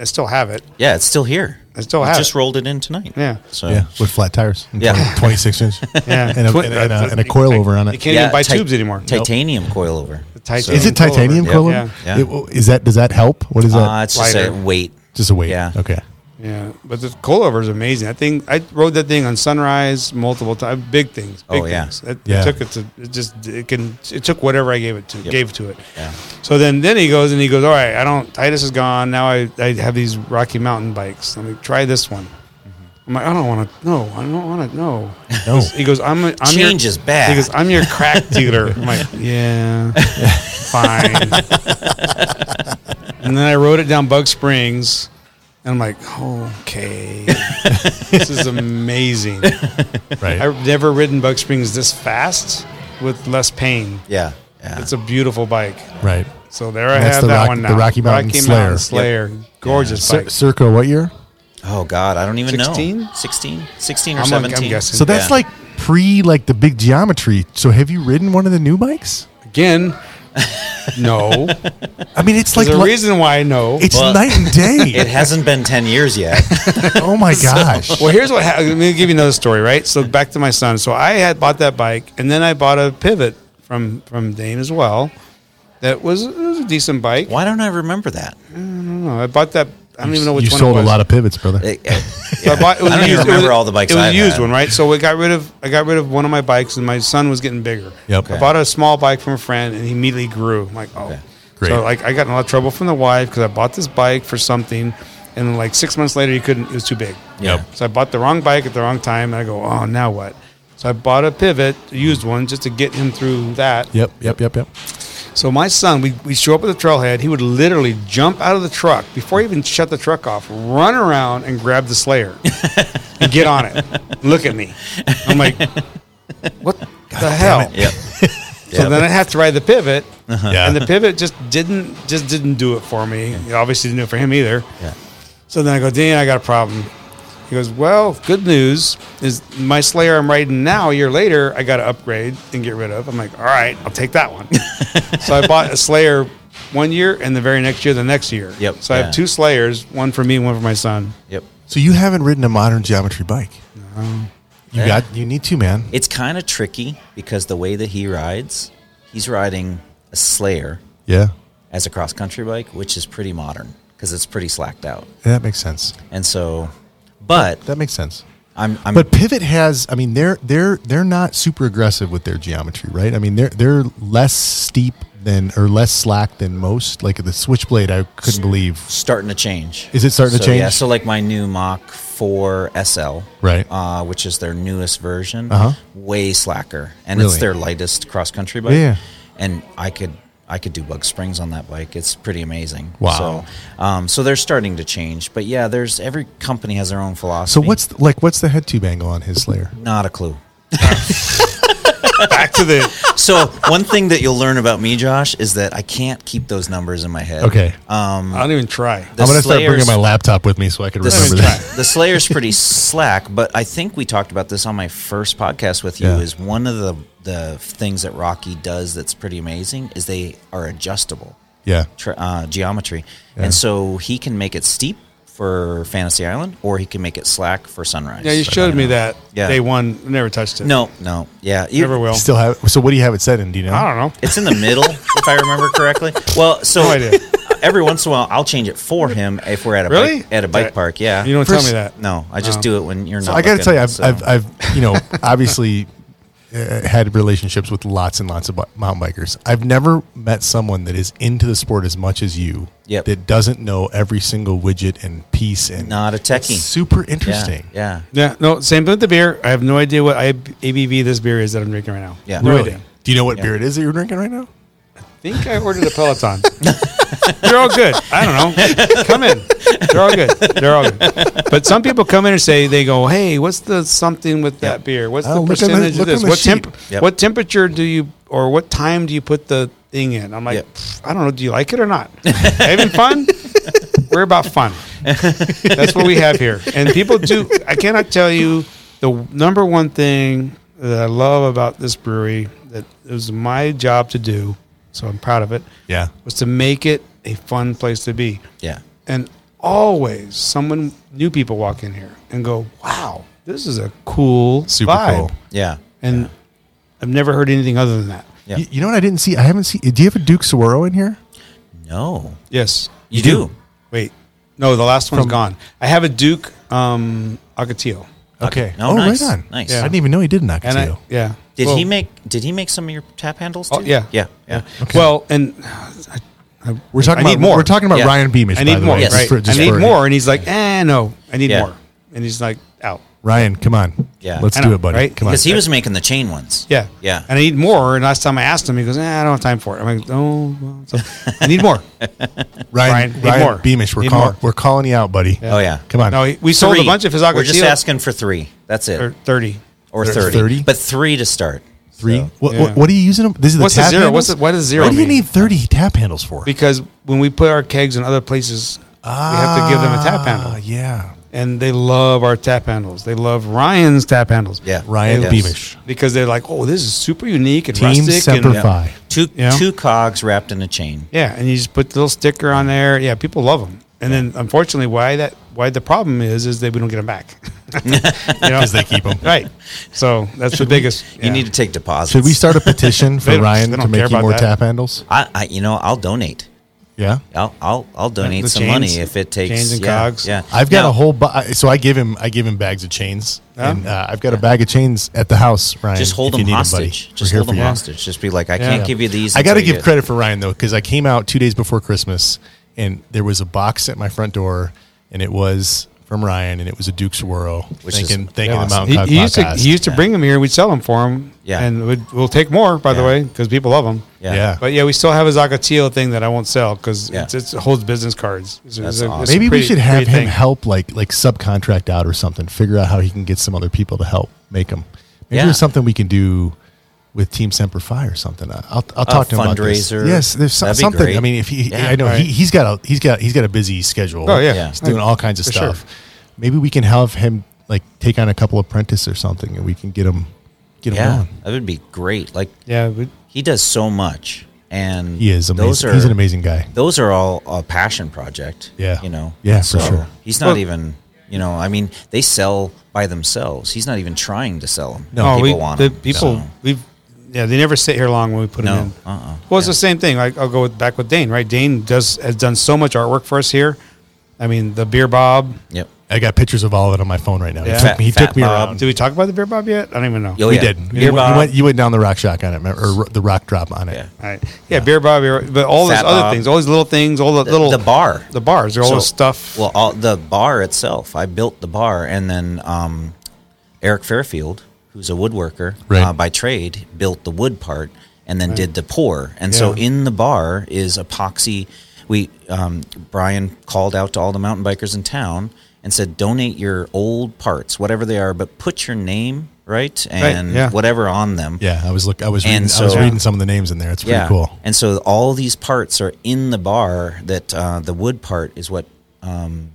I still have it. yeah. It's still here. I still We have Just it. rolled it in tonight. Yeah. So Yeah, with flat tires. and Yeah. 20 26 inch. Yeah. and, a, and, a, and, a, and a coilover on You it. can't even buy ti- tubes anymore. Titanium coilover. Titan- Is it titanium Yeah. coilover? Yeah. It- is that does that help? What is that? Uh, it's just a Lighter. weight. just a weight. yeah. Okay. Yeah. But the coilover is amazing. I think I rode that thing on sunrise multiple times. Big things. Big Oh, yeah. Things. It, it Yeah. took it to it just it can it took whatever I gave it to gave to it. Yeah. So then then he goes and he goes, All right, I don't Titus is gone. Now I, I have these Rocky Mountain bikes. I'm like, try this one. Mm-hmm. I'm like, I don't wanna no, I don't wanna no. No. He goes, I'm, a, I'm Change your, is bad. He goes, I'm your crack dealer. I'm like, yeah, fine. and then I wrote it down Bug Springs, and I'm like, okay, this is amazing. Right. I've never ridden Bug Springs this fast with less pain. Yeah. Yeah. It's a beautiful bike. right. So there I That's have the that Rock- one the now. Rocky Mountain Slayer. Slayer. Gorgeous Cir- bike. Circa, what year? oh God, I don't even 16? know. 16? 16 or I'm- I'm 17. guessing. So that's Yeah. like pre like the big geometry. So have you ridden one of the new bikes? Again, no. I mean, it's like There's a li- reason why no. it's Well, night and It day. hasn't been 10 years yet. oh my gosh. Well, here's what happened. Let me give you another story, right? So back to my son. So I had bought that bike, and then I bought a Pivot from from Dane as well. That was it was a decent bike. Why don't I remember that? I don't know. I bought that. I don't even know which you one. sold it a was. lot of pivots, brother. It- it- So I, bought, it was I don't even used- it was- remember all the bikes It was a I've used had. one, right? So we got rid of. I got rid of one of my bikes, and my son was getting bigger. Yep. Okay. I bought a small bike from a friend, and he immediately grew. I'm like, oh. Great. So like I got in a lot of trouble from the wife because I bought this bike for something, and like six months later you couldn't. It was too big. Yeah. Yep. So I bought the wrong bike at the wrong time, and I go, oh, now what? So I bought a pivot, a used one, just to get him through that. Yep, yep, yep, yep. So my son, we we show up at the trailhead. He would literally jump out of the truck before he even shut the truck off, run around and grab the Slayer and get on it. Look at me. I'm like, what the hell? Yep. So then I have to ride the pivot, Yeah. and the pivot just didn't just didn't do it for me. It obviously didn't do it for him either. Yeah. So then I go, Dan, I got a problem. He goes, Well, good news is my Slayer I'm riding now, a year later, I got to upgrade and get rid of. I'm like, All right, I'll take that one. so I bought a Slayer one year and the very next year, the next year. Yep, So I yeah. have two Slayers, one for me and one for my son. Yep. So you haven't ridden a modern geometry bike. You Yeah. got you need to, man. It's kind of tricky because the way that he rides, he's riding a Slayer Yeah. as a cross country bike, which is pretty modern because it's pretty slacked out. Yeah, That makes sense. And so, but That makes sense. I'm, I'm But Pivot has I mean they're they're they're not super aggressive with their geometry, right? I mean they're they're less steep than or less slack than most. Like the switchblade I couldn't believe. starting to change. Is it starting to So, Yeah. change? So like my new Mach 4 SL, Right. Uh, which is their newest version, Uh-huh. way slacker, and Really? it's their lightest cross country bike. Yeah. And I could I could do bug springs on that bike. It's pretty amazing. Wow. So, um, so they're starting to change, but yeah, there's every company has their own philosophy. So what's the, like what's the head tube angle on his Slayer? not a clue. Back to the. So one thing that you'll learn about me, Josh, is that I can't keep those numbers in my head. Okay. Mm. I don't even try. The I'm gonna start Slayer's- bringing my laptop with me so I can the, remember Slayer's that. the Slayer's pretty slack, but I think we talked about this on my first podcast with you. Yeah. Is one of the the things that Rocky does that's pretty amazing is they are adjustable Yeah. tra- uh, geometry, Yeah. and so he can make it steep for Fantasy Island, or he can make it slack for Sunrise. Yeah, you showed me that Yeah. day one. Never touched it. No, no, yeah, you- Never will. Still have so what do you have it set in? Do you know? I don't know. It's in the middle, if I remember correctly. Well, so No idea. every once in a while, I'll change it for him if we're at a Really? bike, at a bike park. Yeah, You don't tell First- me that. No, I just No. do it when you're not. I got to looking, tell you, I've, so- I've, I've, you know, obviously uh, had relationships with lots and lots of bu- mountain bikers. I've never met someone that is into the sport as much as you. Yep. That doesn't know every single widget and piece and Not a techie. It's super Yeah, interesting. Yeah. Yeah, no, same thing with the beer. I have no idea what I, ABV this beer is that I'm drinking right now. Yeah. No Really? idea. Do you know what beer it is that you're drinking right now? I think I ordered a Peloton. They're all good. I don't know. Come in. They're all good. They're all good. But some people come in and say they go, "Hey, what's the something with that beer? What's Oh, look the on the- percentage look of this? on the What sheet." temp? Yep. What temperature do you or what time do you put the thing in?" I'm like, Yep. "Pff, "I don't know. Do you like it or not? Having fun? We're about fun. That's what we have here. And people do. I cannot tell you the number one thing that I love about this brewery that it was my job to do. So I'm proud of it Yeah. was to make it a fun place to be. Yeah. And always someone new people walk in here and go, Wow, this is a cool Super vibe. cool. Yeah. And I've never heard anything other than that. Yeah. You, you know what I didn't see? I haven't seen. Do you have a Duke Saguaro in here? No. Yes. You, do. Wait. No, the last one's From- gone. I have a Duke um Acatillo. Okay. No, oh, nice, right on. nice. I didn't even know he did an And I, Akatsuyo. yeah. Did Well, he make did he make some of your tap handles too? Oh, yeah. Yeah. Yeah. Well, and I, I, We're talking I about need more. We're talking about Yeah. Ryan Beamish. I by need the more, way, Yes. just right? for- just I need for- more. And he's like, eh, no, I need Yeah. more. And he's like, out. Ryan, come on. Yeah. Let's I do know, it, buddy. right? Come on. Because he was making the chain ones. Yeah. Yeah. And I need more. And last time I asked him, he goes, eh, I don't have time for it. I'm like, oh, well, so I need more. Ryan, Ryan, need Ryan, more. Beamish, we're Need calling more. we're calling you out, buddy. Oh yeah. Come on. No, he- we sold Three. a bunch of his We're just Aguatillo asking for three. That's it. for Or, 30. There's 30. 30? But three to start. Three. So- what, yeah. what, what are you using them? This is the What's the tap zero? handles? What's the- why does zero Why do you mean? need thirty tap handles for? Because when we put our kegs in other places, we have to give them a tap Ah, handle. Yeah. And they love our tap handles. They love Ryan's tap handles. Yeah. Ryan Yes. Beamish. Because they're like, oh, this is super unique and Team rustic. Semper And, Yeah. Fi. Two Yeah. two cogs wrapped in a chain. yeah. And you just put the little sticker on there. Yeah. People love them. And then unfortunately, why that, why the problem is, is that we don't get them back. Because they keep them. right. So that's the biggest. You yeah. need to take deposits. Should we start a petition They for don't- Ryan they to don't care make you about more that. tap handles? I, I you know I'll donate. Yeah. I'll I'll, I'll donate the some chains- money if it takes. chains and yeah, cogs. Yeah, I've got Now- a whole. Bu- so I give him. I give him bags of chains, Yeah. and uh, I've got a bag of chains at the house. Ryan, Just hold if you them need 'em, buddy. hostage. We're Just here hold for them you. hostage. Just be like, I Yeah. can't give you these. I got to until you give get- credit for Ryan though, because I came out two days before Christmas, and there was a box at my front door, and it was from Ryan, and it was a Duke's Woro, Which is thanking thanking awesome. the Mountain He, Cock he used to Podcast. he used to bring them here. We'd sell them for him. Yeah. and we'd, we'll take more by the Yeah. way because people love them. Yeah. Yeah. But yeah, we still have his Agatillo thing that I won't sell because Yeah. it's, it's, it holds business cards. It's- That's it's a- awesome. it's a Maybe pretty- we should have pretty him thing. help, like like subcontract out or something. Figure out how he can get some other people to help make them. Maybe Yeah. there's something we can do with Team Semper Fi or something. I- I'll I'll talk to him about this. fundraiser. Yes, there's so- That'd be something. great. I mean, if he, Yeah. I know Right. he, he's got a he's got he's got a busy schedule. Oh yeah, Yeah. he's doing all kinds of For sure. stuff. Maybe we can have him like take on a couple apprentice or something, and we can get him get him Yeah, on. that would be great. Like yeah. We, he does so much, and He is amazing. Those are he's an amazing guy. those are all a passion project. Yeah. You know. Yeah, for So sure. He's not Well- even. You know, I mean, they sell by themselves. He's not even trying to sell them. No, oh, people we, want the 'em, people so- we've yeah they never sit here long when we put No, them in. uh-uh, Well, it's yeah. the same thing. Like I'll go with, back with Dane. Right, Dane does has done so much artwork for us here. I mean, the beer bob. Yep. I got pictures of all of it on my phone right now. Yeah. He took me, he Fat- took me Fat Bob. around. Did we talk about the beer bob yet? I don't even know. Yo, we Oh, yeah. did. Beer You, went- you Bob. went, you went down the rock shock on it, remember, or the rock drop on it. Yeah. All right. Yeah, beer bob, beer- but all those Fat other Bob. things, all these little things, all the, The- little the bar. the bars, all So- the stuff. Well, all, the bar itself, I built the bar, and then um, Eric Fairfield, who's a woodworker Right. uh, by trade, built the wood part, and then did the pour. And so Yeah. in the bar is epoxy. We um, Brian called out to all the mountain bikers in town and said, donate your old parts, whatever they are, but put your name right and yeah. whatever on them. Yeah, I was look. I was And reading, I was so- reading some of the names in there. It's pretty cool. And so all these parts are in the bar that uh, the wood part is what um,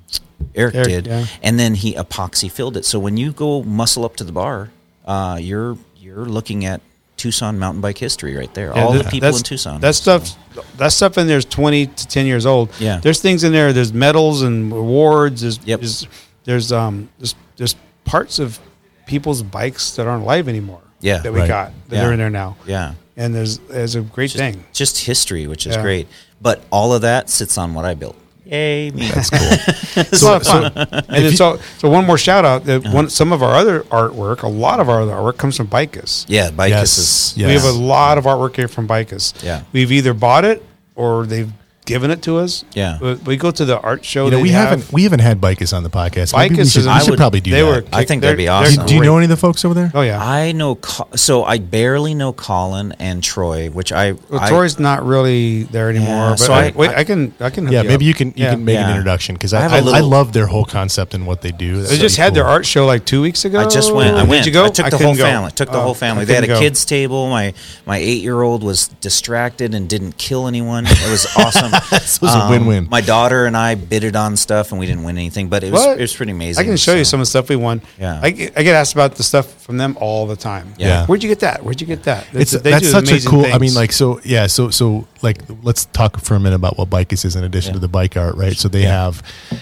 Eric, Eric, did, yeah. and then he epoxy filled it. So when you go muscle up to the bar, uh, you're you're looking at Tucson mountain bike history right there. all that- the people that's- in Tucson. That stuff, that stuff in there is twenty to ten years old. Yeah. there's things in there. There's medals and awards. There's Yep. there's, there's um there's, there's parts of people's bikes that aren't alive anymore. Yeah. that we Right. got that Yeah. are in there now. yeah, and there's there's a great just, thing. just history, which is Yeah. great. But all of that sits on what I built. Yay me! That's cool. It's a lot of fun. and it's all, so one more shout out that Uh-huh. one some of our other artwork, a lot of our other artwork comes from bikers. yeah, bike Yes. is Yeah. We have a lot of artwork here from Bicus. Yeah. We've either bought it or they've given it to us. Yeah. But we go to the art show. You know, they we have. haven't we haven't had Bicus on the podcast. Maybe we Bicus should, is- we I should would- probably do They that. were. I kick- think that'd be they're- do, awesome. they're do you great. know any of the folks over there? Oh yeah. I know. Co- So I barely know Colin and Troy, which I. well, I- Troy's not really there anymore. Yeah, but so I, I- wait, I can I can. hook yeah, maybe up. you can you Yeah. can make an Yeah. introduction because I I, have I, a I little- love their whole concept and what they do. They just had their art show like two weeks ago. I just went. I Did went. you go? I took the couldn't whole go. family. Took the Oh, whole I family. They had a couldn't go. kids table. My my eight year old was distracted and didn't kill anyone. It was awesome. Um, This was a win-win. My daughter and I bidded on stuff and we didn't win anything, but it was What? it was pretty amazing. I can show you so- some of the stuff we won. Yeah. I, get- I get asked about the stuff from them all the time. Yeah. Yeah. Where'd you get that? Where'd you get that? They- It's they that's do such a amazing cool. I things. mean, like so yeah. So so like let's talk for a minute about what Bicus is in addition to the bike art, right? So they have,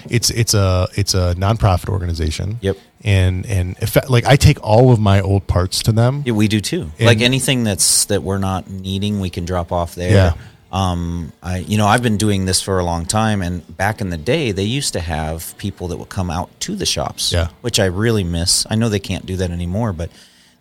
it's it's a it's a nonprofit organization. Yep. And and effect, like I take all of my old parts to them. Yeah, we do too. And- like anything that's that we're not needing, we can drop off there. Yeah. Um, I you know I've been doing this for a long time, and back in the day, they used to have people that would come out to the shops. Yeah. Which I really miss. I know they can't do that anymore, but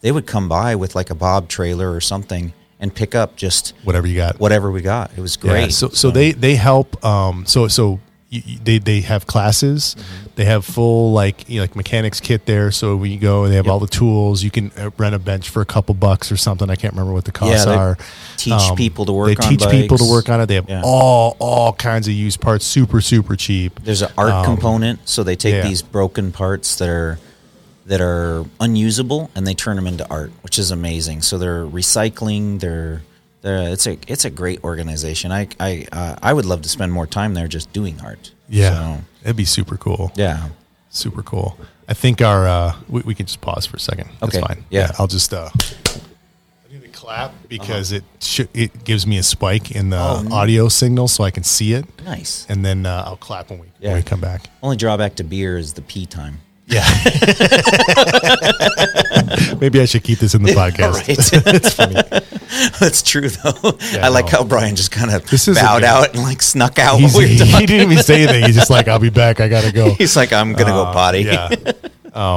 they would come by with like a bob trailer or something and pick up just Whatever you got. whatever we got. It was great. Yeah, so, so they they help. Um, so so you, you- they they have classes. Mm-hmm. They have full like you know, like mechanics kit there. So when you go, they have all the tools. You can uh, rent a bench for a couple bucks or something. I can't remember what the costs they are. um, teach people to work They on teach people to bikes. work on it. They have Yeah. all all kinds of used parts. Super super cheap. There's an art component, so they take Um, yeah. these broken parts that are that are unusable and they turn them into art, which is amazing. So they're recycling. They're, they're it's a it's a great organization. I I uh, I would love to spend more time there just doing art. Yeah, So, it'd be super cool. yeah. super cool. I think our uh, we, we can just pause for a second. That's Okay, fine. yeah. I'll just uh, I need to clap because it sh- it gives me a spike in the Oh, audio signal so I can see it, Nice. and then uh, I'll clap when we Yeah. when we come back. Only drawback to beer is the pee time. Yeah, Maybe I should keep this in the podcast. That's funny. That's true, though. Yeah, I like no. how Brian just kind of This is a bowed guy- out and like snuck out He's- when we were he, talking. didn't even say anything. He's just like, I'll be back. I gotta go. He's like, I'm gonna go potty. Uh, Yeah,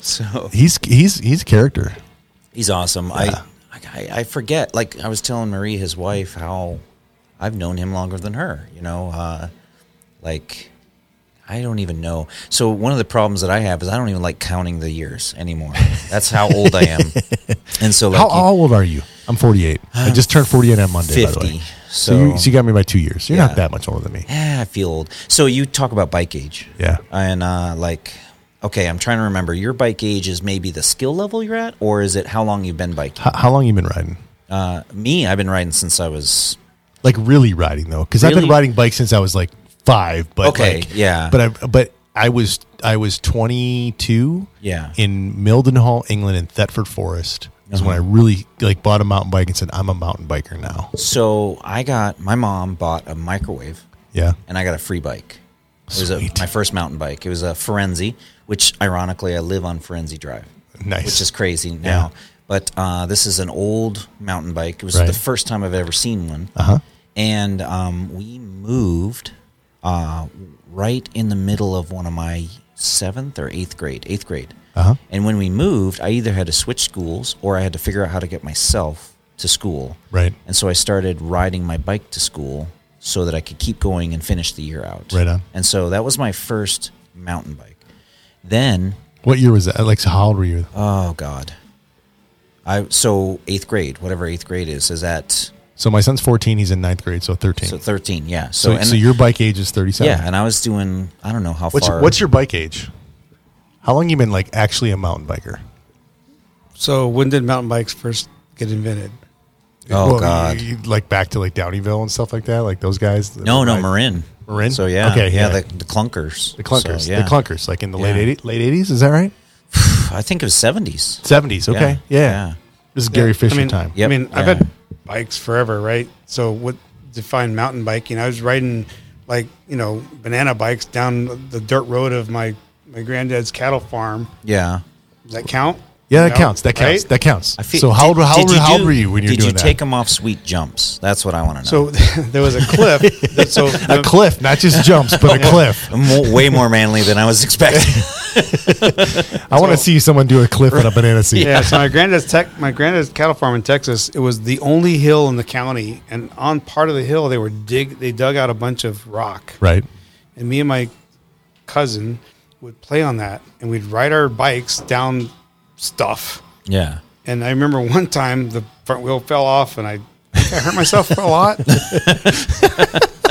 So he's he's he's a character. he's awesome. I, I I forget. Like I was telling Marie, his wife, how I've known him longer than her. You know, uh, like I don't even know. So one of the problems that I have is I don't even like counting the years anymore. That's how old I am. And so like How, you- how old are you? I'm 48. I just turned 48 on Monday. By the 50, way. So, you, so- so you got me by two years. You're Yeah. not that much older than me. Yeah, I feel old. So you talk about bike age. Yeah. And uh, like, okay, I'm trying to remember. Your bike age is maybe the skill level you're at, or is it how long you've been biking? How, how long you been riding? Uh, me, I've been riding since I was. Like really riding though, because I've been Really? riding bikes since I was like five. But Okay, like- yeah. But I but I was I was 22. Yeah. In Mildenhall, England, in Thetford Forest is Uh-huh. when I really like bought a mountain bike and said I'm a mountain biker now. So I got my mom bought a microwave, Yeah. and I got a free bike. It was a, Sweet. my first mountain bike. It was a Forenzi, which ironically I live on Forenzi Drive, Nice. which is crazy now. But uh, this is an old mountain bike. It was Right. the first time I've ever seen one. Uh-huh. And um, we moved uh, right in the middle of one of my seventh or eighth grade, eighth grade. Uh-huh. And when we moved, I either had to switch schools or I had to figure out how to get myself to school. Right. And so I started riding my bike to school so that I could keep going and finish the year out. Right on. And so that was my first mountain bike. Then, What year was that? Like, so how old were you? oh God. I so eighth grade, whatever eighth grade is, is at So my son's 14. He's in ninth grade, so 13. So, so thirteen, yeah. So, so, and your bike age is 37. yeah, and I was doing I don't know how What's far. what's your bike age? How long you been like actually a mountain biker? So when did mountain bikes first get invented? oh Well, God, you- you- like back to like Downeyville and stuff like that, like those guys. that no, no, ride- Marin, Marin? So yeah, Okay, yeah, yeah. The, the clunkers, the clunkers, So, yeah. the clunkers, like in the late Yeah. 80, late eighties, is that right? I think it was seventies. Seventies, okay, yeah. yeah. This is Gary Fisher I mean, time. Yep, I mean, I've yeah. had bikes forever, right? So what defined mountain biking? I was riding like you know banana bikes down the dirt road of my my granddad's cattle farm. Yeah, Does that count? Yeah, that No, counts. That counts. right? That counts. I feel- so how old, did- how, did old, you how old do- were you when you were Did doing you take that? them off sweet jumps? That's what I want to know. So there was a cliff. that- so A cliff, not just jumps, but a cliff. Mo- way more manly than I was expecting. I want to So- see someone do a cliff on a banana seat. yeah, so my granddad's tech, my granddad's cattle farm in Texas. It was the only hill in the county, and on part of the hill they were dig they dug out a bunch of rock, Right. and me and my cousin would play on that, and we'd ride our bikes down stuff. yeah. And I remember one time the front wheel fell off, and I, think I hurt myself a lot.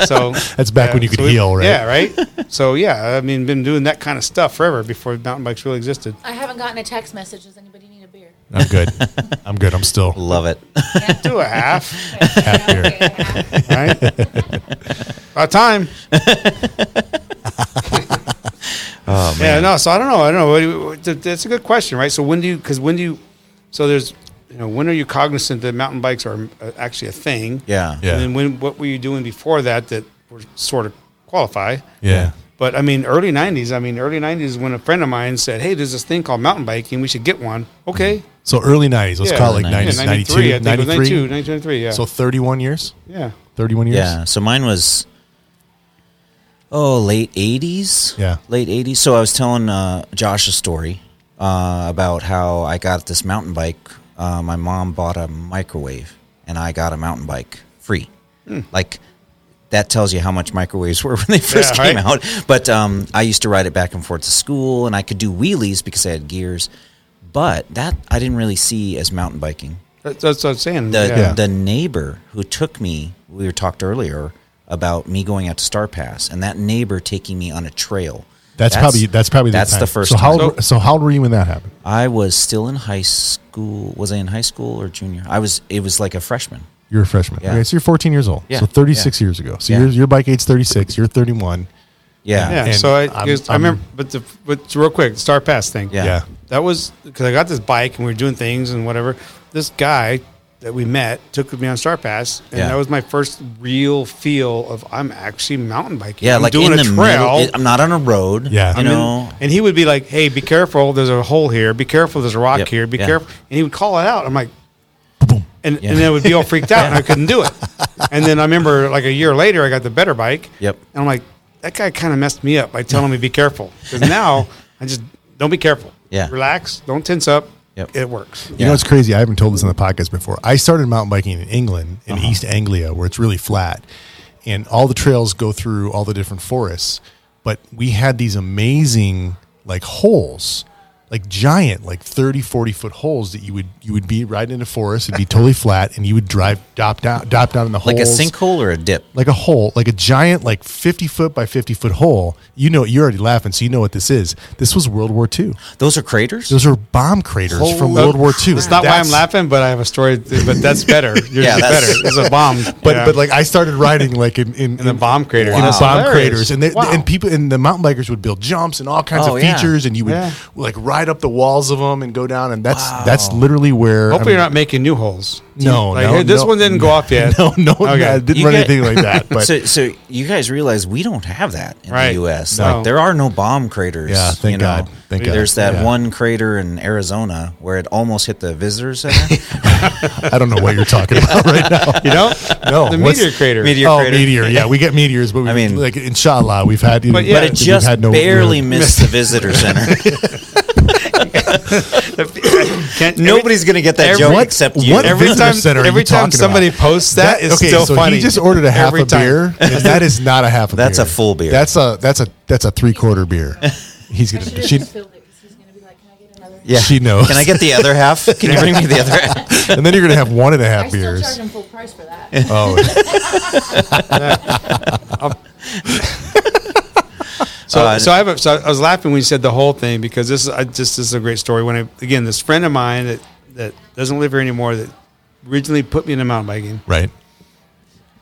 so That's back when you could we- heal, right? Yeah, right. So yeah, I mean, been doing that kind of stuff forever before mountain bikes really existed. I haven't gotten a text message. Does anybody need a beer? I'm good. I'm good. I'm still Love it. Do a half. half here. right? About time. Oh, Yeah, no. So I don't know. I don't know. What do you- That's a good question, right? So when do you? Because when do you? So there's, you know, when are you cognizant that mountain bikes are uh, actually a thing? Yeah. Yeah. And then when? What were you doing before that that were sort of qualify? Yeah. But I mean, early '90s. I mean, early '90s when a friend of mine said, "Hey, there's this thing called mountain biking. We should get one." Okay. So early 90s. Let's Yeah. call it Yeah, like 90s, 93, I 92, think it was 92, 93. 92, 93, Yeah. So 31 years? yeah. 31 years? Yeah. So mine was oh late eighties. Yeah. Late eighties. So I was telling uh, Josh a story uh, about how I got this mountain bike. Uh, my mom bought a microwave, and I got a mountain bike free. Like. That tells you how much microwaves were when they first Yeah, came right. out. But um, I used to ride it back and forth to school, and I could do wheelies because I had gears. But that I didn't really see as mountain biking That's, that's what I'm saying. the yeah. the neighbor who took me we were talked earlier about me going out to star pass and that neighbor taking me on a trail That's, probably that's probably the that's time. the first So how time. old, so how old were you when that happened? i was still in high school was i in high school or junior i was it was like a freshman You're a freshman. Yeah. Okay, so you're 14 years old. Yeah. So 36 years ago. So Yeah. your your bike age 36. You're 31. yeah Yeah. And So I, I'm- 'cause I I'm- remember, but the but real quick, the Star Pass thing. Yeah. Yeah. That was because I got this bike and we were doing things and whatever. This guy that we met took me on Star Pass, and Yeah. that was my first real feel of I'm actually mountain biking. Yeah, I'm like doing in a the trail. middle. I'm not on a road. Yeah. you I'm in- know. and he would be like, "Hey, be careful! There's a hole here. Be careful! There's a rock Yep, here. Be yeah. careful!" And he would call it out. I'm like, and Yeah. and I would be all freaked out, and I couldn't do it. And then I remember, like a year later, I got the better bike. Yep. And I'm like, that guy kind of messed me up by telling me be careful. Because now I just don't be careful. Yeah. Relax. Don't tense up. Yep. It works. You know what's crazy? I haven't told this on the podcast before. I started mountain biking in England, in Uh-huh. East Anglia, where it's really flat, and all the trails go through all the different forests. But we had these amazing like holes, like giant, like 30, 40 foot holes that you would you would be riding in a forest, it'd be totally flat, and you would drive dop down dop down in the Like a holes sinkhole or a dip. like a hole, like a giant, like 50 foot by 50 foot hole. You know, you're already laughing, so you know what this is. This was World War II. Those are craters. Those are bomb craters from Holy World War II. It's not why I'm laughing, but I have a story. But that's better. Yours Yeah, is that's- better. It's a bomb. But, Yeah. but like I started riding like in in, in the bomb crater. in the Wow. bomb Hilarious. craters, and they, Wow. and people and the mountain bikers would build jumps and all kinds Oh, of yeah. features, and you would Yeah. like ride up the walls of them and go down, and that's that's literally where. Hopefully, I you're mean, not making new holes. No, Like, no, hey, this no. one didn't go off yet. No, no, no, I didn't You run get- anything like that. But so, so you guys realize we don't have that in Right. the U.S. No. Like there are no bomb craters. Yeah, thank you know? God. Thank God. There's that Yeah. one crater in Arizona where it almost hit the visitor center. I don't know what you're talking about right now. You know, No, the what's- meteor crater. Meteor oh, crater. meteor. Yeah, we get meteors, but we, I mean- like inshallah, we've had. But yeah, but we've it just had no- barely missed the visitor center. Can't- Nobody's gonna get that every- joke What- except you. what every visitor time center are every you time talking somebody about? posts that, it's okay, still so funny. He just ordered a half Every a time. beer, and that is not a half a That's beer. a full beer. That's a that's a that's a three quarter beer. He's I gonna. should have she, just filled it because he's gonna be like, "Can I get another?" yeah. she knows. Can I get the other half? Can you bring me the other half? and then you're gonna have one and a I half still charge beers. him full price for that. Oh, So, Uh, so I have. A, so I was laughing when you said the whole thing because this is I just this is a great story. When I again, this friend of mine that that doesn't live here anymore that originally put me into mountain biking. right.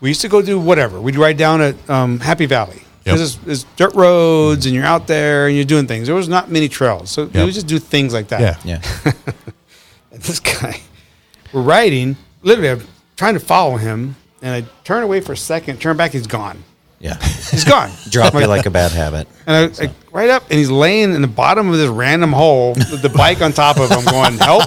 We used to go do whatever. We'd ride down at um, Happy Valley. Yep. There's, there's dirt roads, and you're out there and you're doing things. There was not many trails, so we Yep. would just do things like that. Yeah. Yeah. And this guy, we're riding. Literally, I'm trying to follow him, and I turn away for a second, turn back, he's gone. Yeah. He's gone. Drop I'm it like a bad habit. And I, I right up, and he's laying in the bottom of this random hole with the bike on top of him, going help.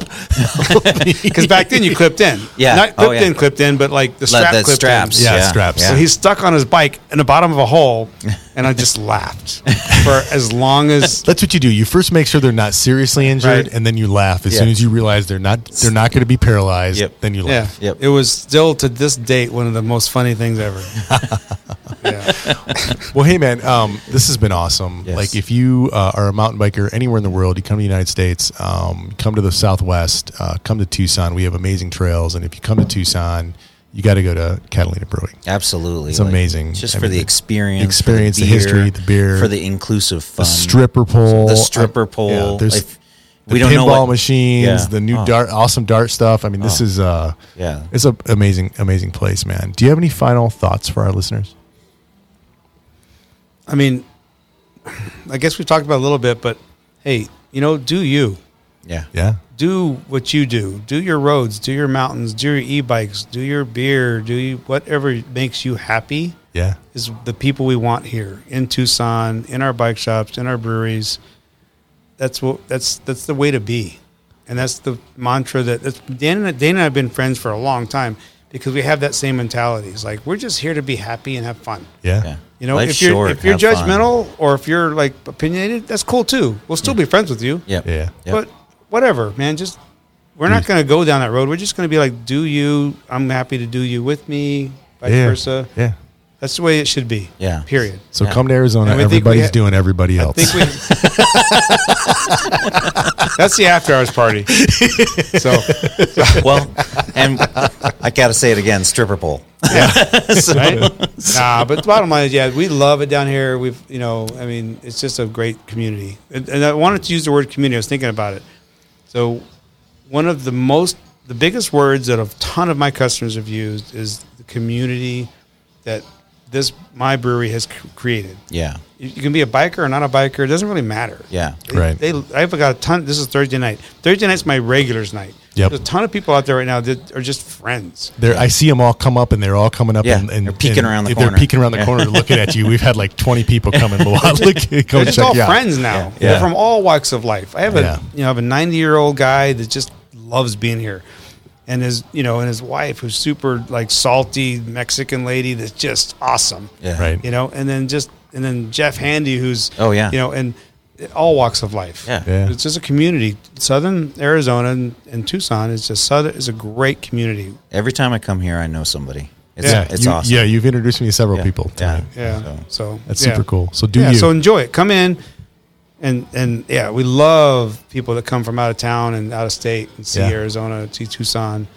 Because back then you clipped in, Yeah. not clipped Oh, yeah. in, clipped in, but like the strap the clipped straps. in. Yeah, Yeah. straps. So Yeah. he's stuck on his bike in the bottom of a hole, and I just laughed for as long as That's what you do. You first make sure they're not seriously injured, Right. and then you laugh as Yeah. soon as you realize they're not they're not going to be paralyzed. Yep. Then you yeah. laugh. Yep. It was still to this date one of the most funny things ever. yeah. Well, hey man, um, this has been awesome. Yes. Like, if you uh, are a mountain biker anywhere in the world, you come to the United States, um, come to the Southwest, uh, come to Tucson. We have amazing trails, and if you come to Tucson, you got to go to Catalina Brewing. Absolutely. It's amazing. Just I for mean, the the experience. experience, the history, the beer, For the inclusive fun. The stripper pole, The stripper I- pole. yeah, there's Like, the we don't know pinball what- machines, Yeah. the new Oh. dart, awesome dart stuff. I mean, this is uh, Yeah. it's an amazing, amazing place, man. Do you have any final thoughts for our listeners? I mean, I guess we talked about it a little bit, but hey, you know, do you? Yeah. Yeah, do what you do. Do your roads, do your mountains, do your e-bikes, do your beer, do you, whatever makes you happy yeah. is the people we want here in Tucson, in our bike shops, in our breweries. That's what that's that's the way to be. And that's the mantra that that's Dan and Dana and I have been friends for a long time because we have that same mentality. It's like we're just here to be happy and have fun. Yeah. Yeah. You know, Life's if you're short, if you're have fun. judgmental or if you're like opinionated, that's cool too. We'll still be friends with you. Yep. Yeah. Yep. But whatever, man. Just we're Mm. not going to go down that road. We're just going to be like, do you? I'm happy to do you with me, vice yeah. versa. Yeah. That's the way it should be. Yeah. Period. So Yeah. come to Arizona. And we think we Everybody's ha- doing everybody I else. think we. That's the after hours party. So well, and I got to say it again stripper pole. right? nah, but the bottom line is, yeah, we love it down here. We've, you know, I mean, it's just a great community. And, and I wanted to use the word community. I was thinking about it. So, one of the most, the biggest words that a ton of my customers have used is the community that this my brewery has c- created. Yeah. You you can be a biker or not a biker; it doesn't really matter. Yeah. They- Right. They, I've got a ton. This is Thursday night. Thursday night's my regulars night. Yep. There's a ton of people out there right now that are just friends. They're, I see them all come up, and they're all coming up Yeah, and, and they're peeking and around the if They're corner. peeking around the Yeah. corner, looking at you. We've had like twenty people come and look, look, come They're just check all you out. friends now. Yeah. They're from all walks of life. I have a Yeah. you know I have a 90 year old guy that just loves being here, and his you know and his wife who's super like salty Mexican lady that's just awesome. Yeah. Right. You know, and then just and then Jeff Handy who's Oh, yeah. you know and all walks of life. Yeah. Yeah. It's just a community. Southern Arizona and, and Tucson is just southern is a great community. Every time I come here, I know somebody. It's, Yeah. It's you, awesome. Yeah, you've introduced me to several people. Yeah. Tonight. Yeah. So- So, That's yeah. super cool. So do yeah, you? so enjoy it. Come in, and and yeah, we love people that come from out of town and out of state and see Yeah. Arizona, see Tucson.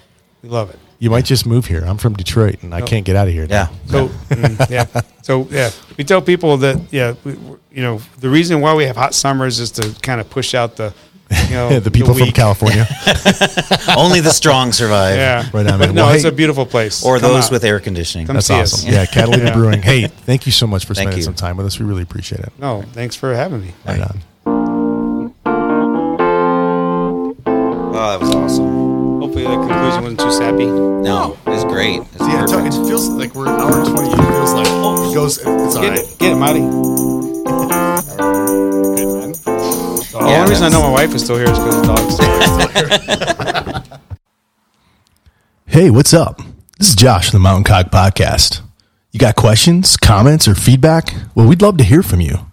We love it. you might just move here. I'm from Detroit, and I No. can't get out of here. Yeah. now. So mm, yeah, so yeah, we tell people that yeah, we, we- you know, the reason why we have hot summers is to kind of push out the you know Oh, the people from weak. California. Only the strong survive. Yeah, Right on, but man. no, Well, it's hey- a beautiful place. Or Come those out. with air conditioning. Come That's see us. awesome. Yeah, Catalina Yeah. Brewing. Hey, thank you so much for Thank spending you. some time with us. We really appreciate it. No, thanks for having me. Right on. Oh, that was awesome. Hopefully, the conclusion wasn't too sappy. No, it's great. It's Yeah, perfect. it feels like we're an hour and 20. It feels like it goes, it's all Get it, get it, Marty. The Yeah, only reason I that's- know my wife is still here is because the dog's still here. Hey, what's up? This is Josh from the Mountain Cog Podcast. You got questions, comments, or feedback? Well, we'd love to hear from you.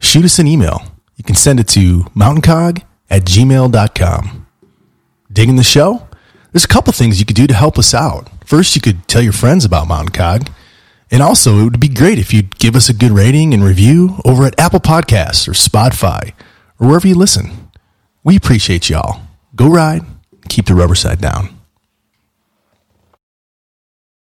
Shoot us an email. You can send it to mountaincog at gmail.com. Digging the show? There's a couple things you could do to help us out. First, you could tell your friends about Mountain Cog. And also, it would be great if you'd give us a good rating and review over at Apple Podcasts or Spotify or wherever you listen. We appreciate y'all. Go ride, keep the rubber side down.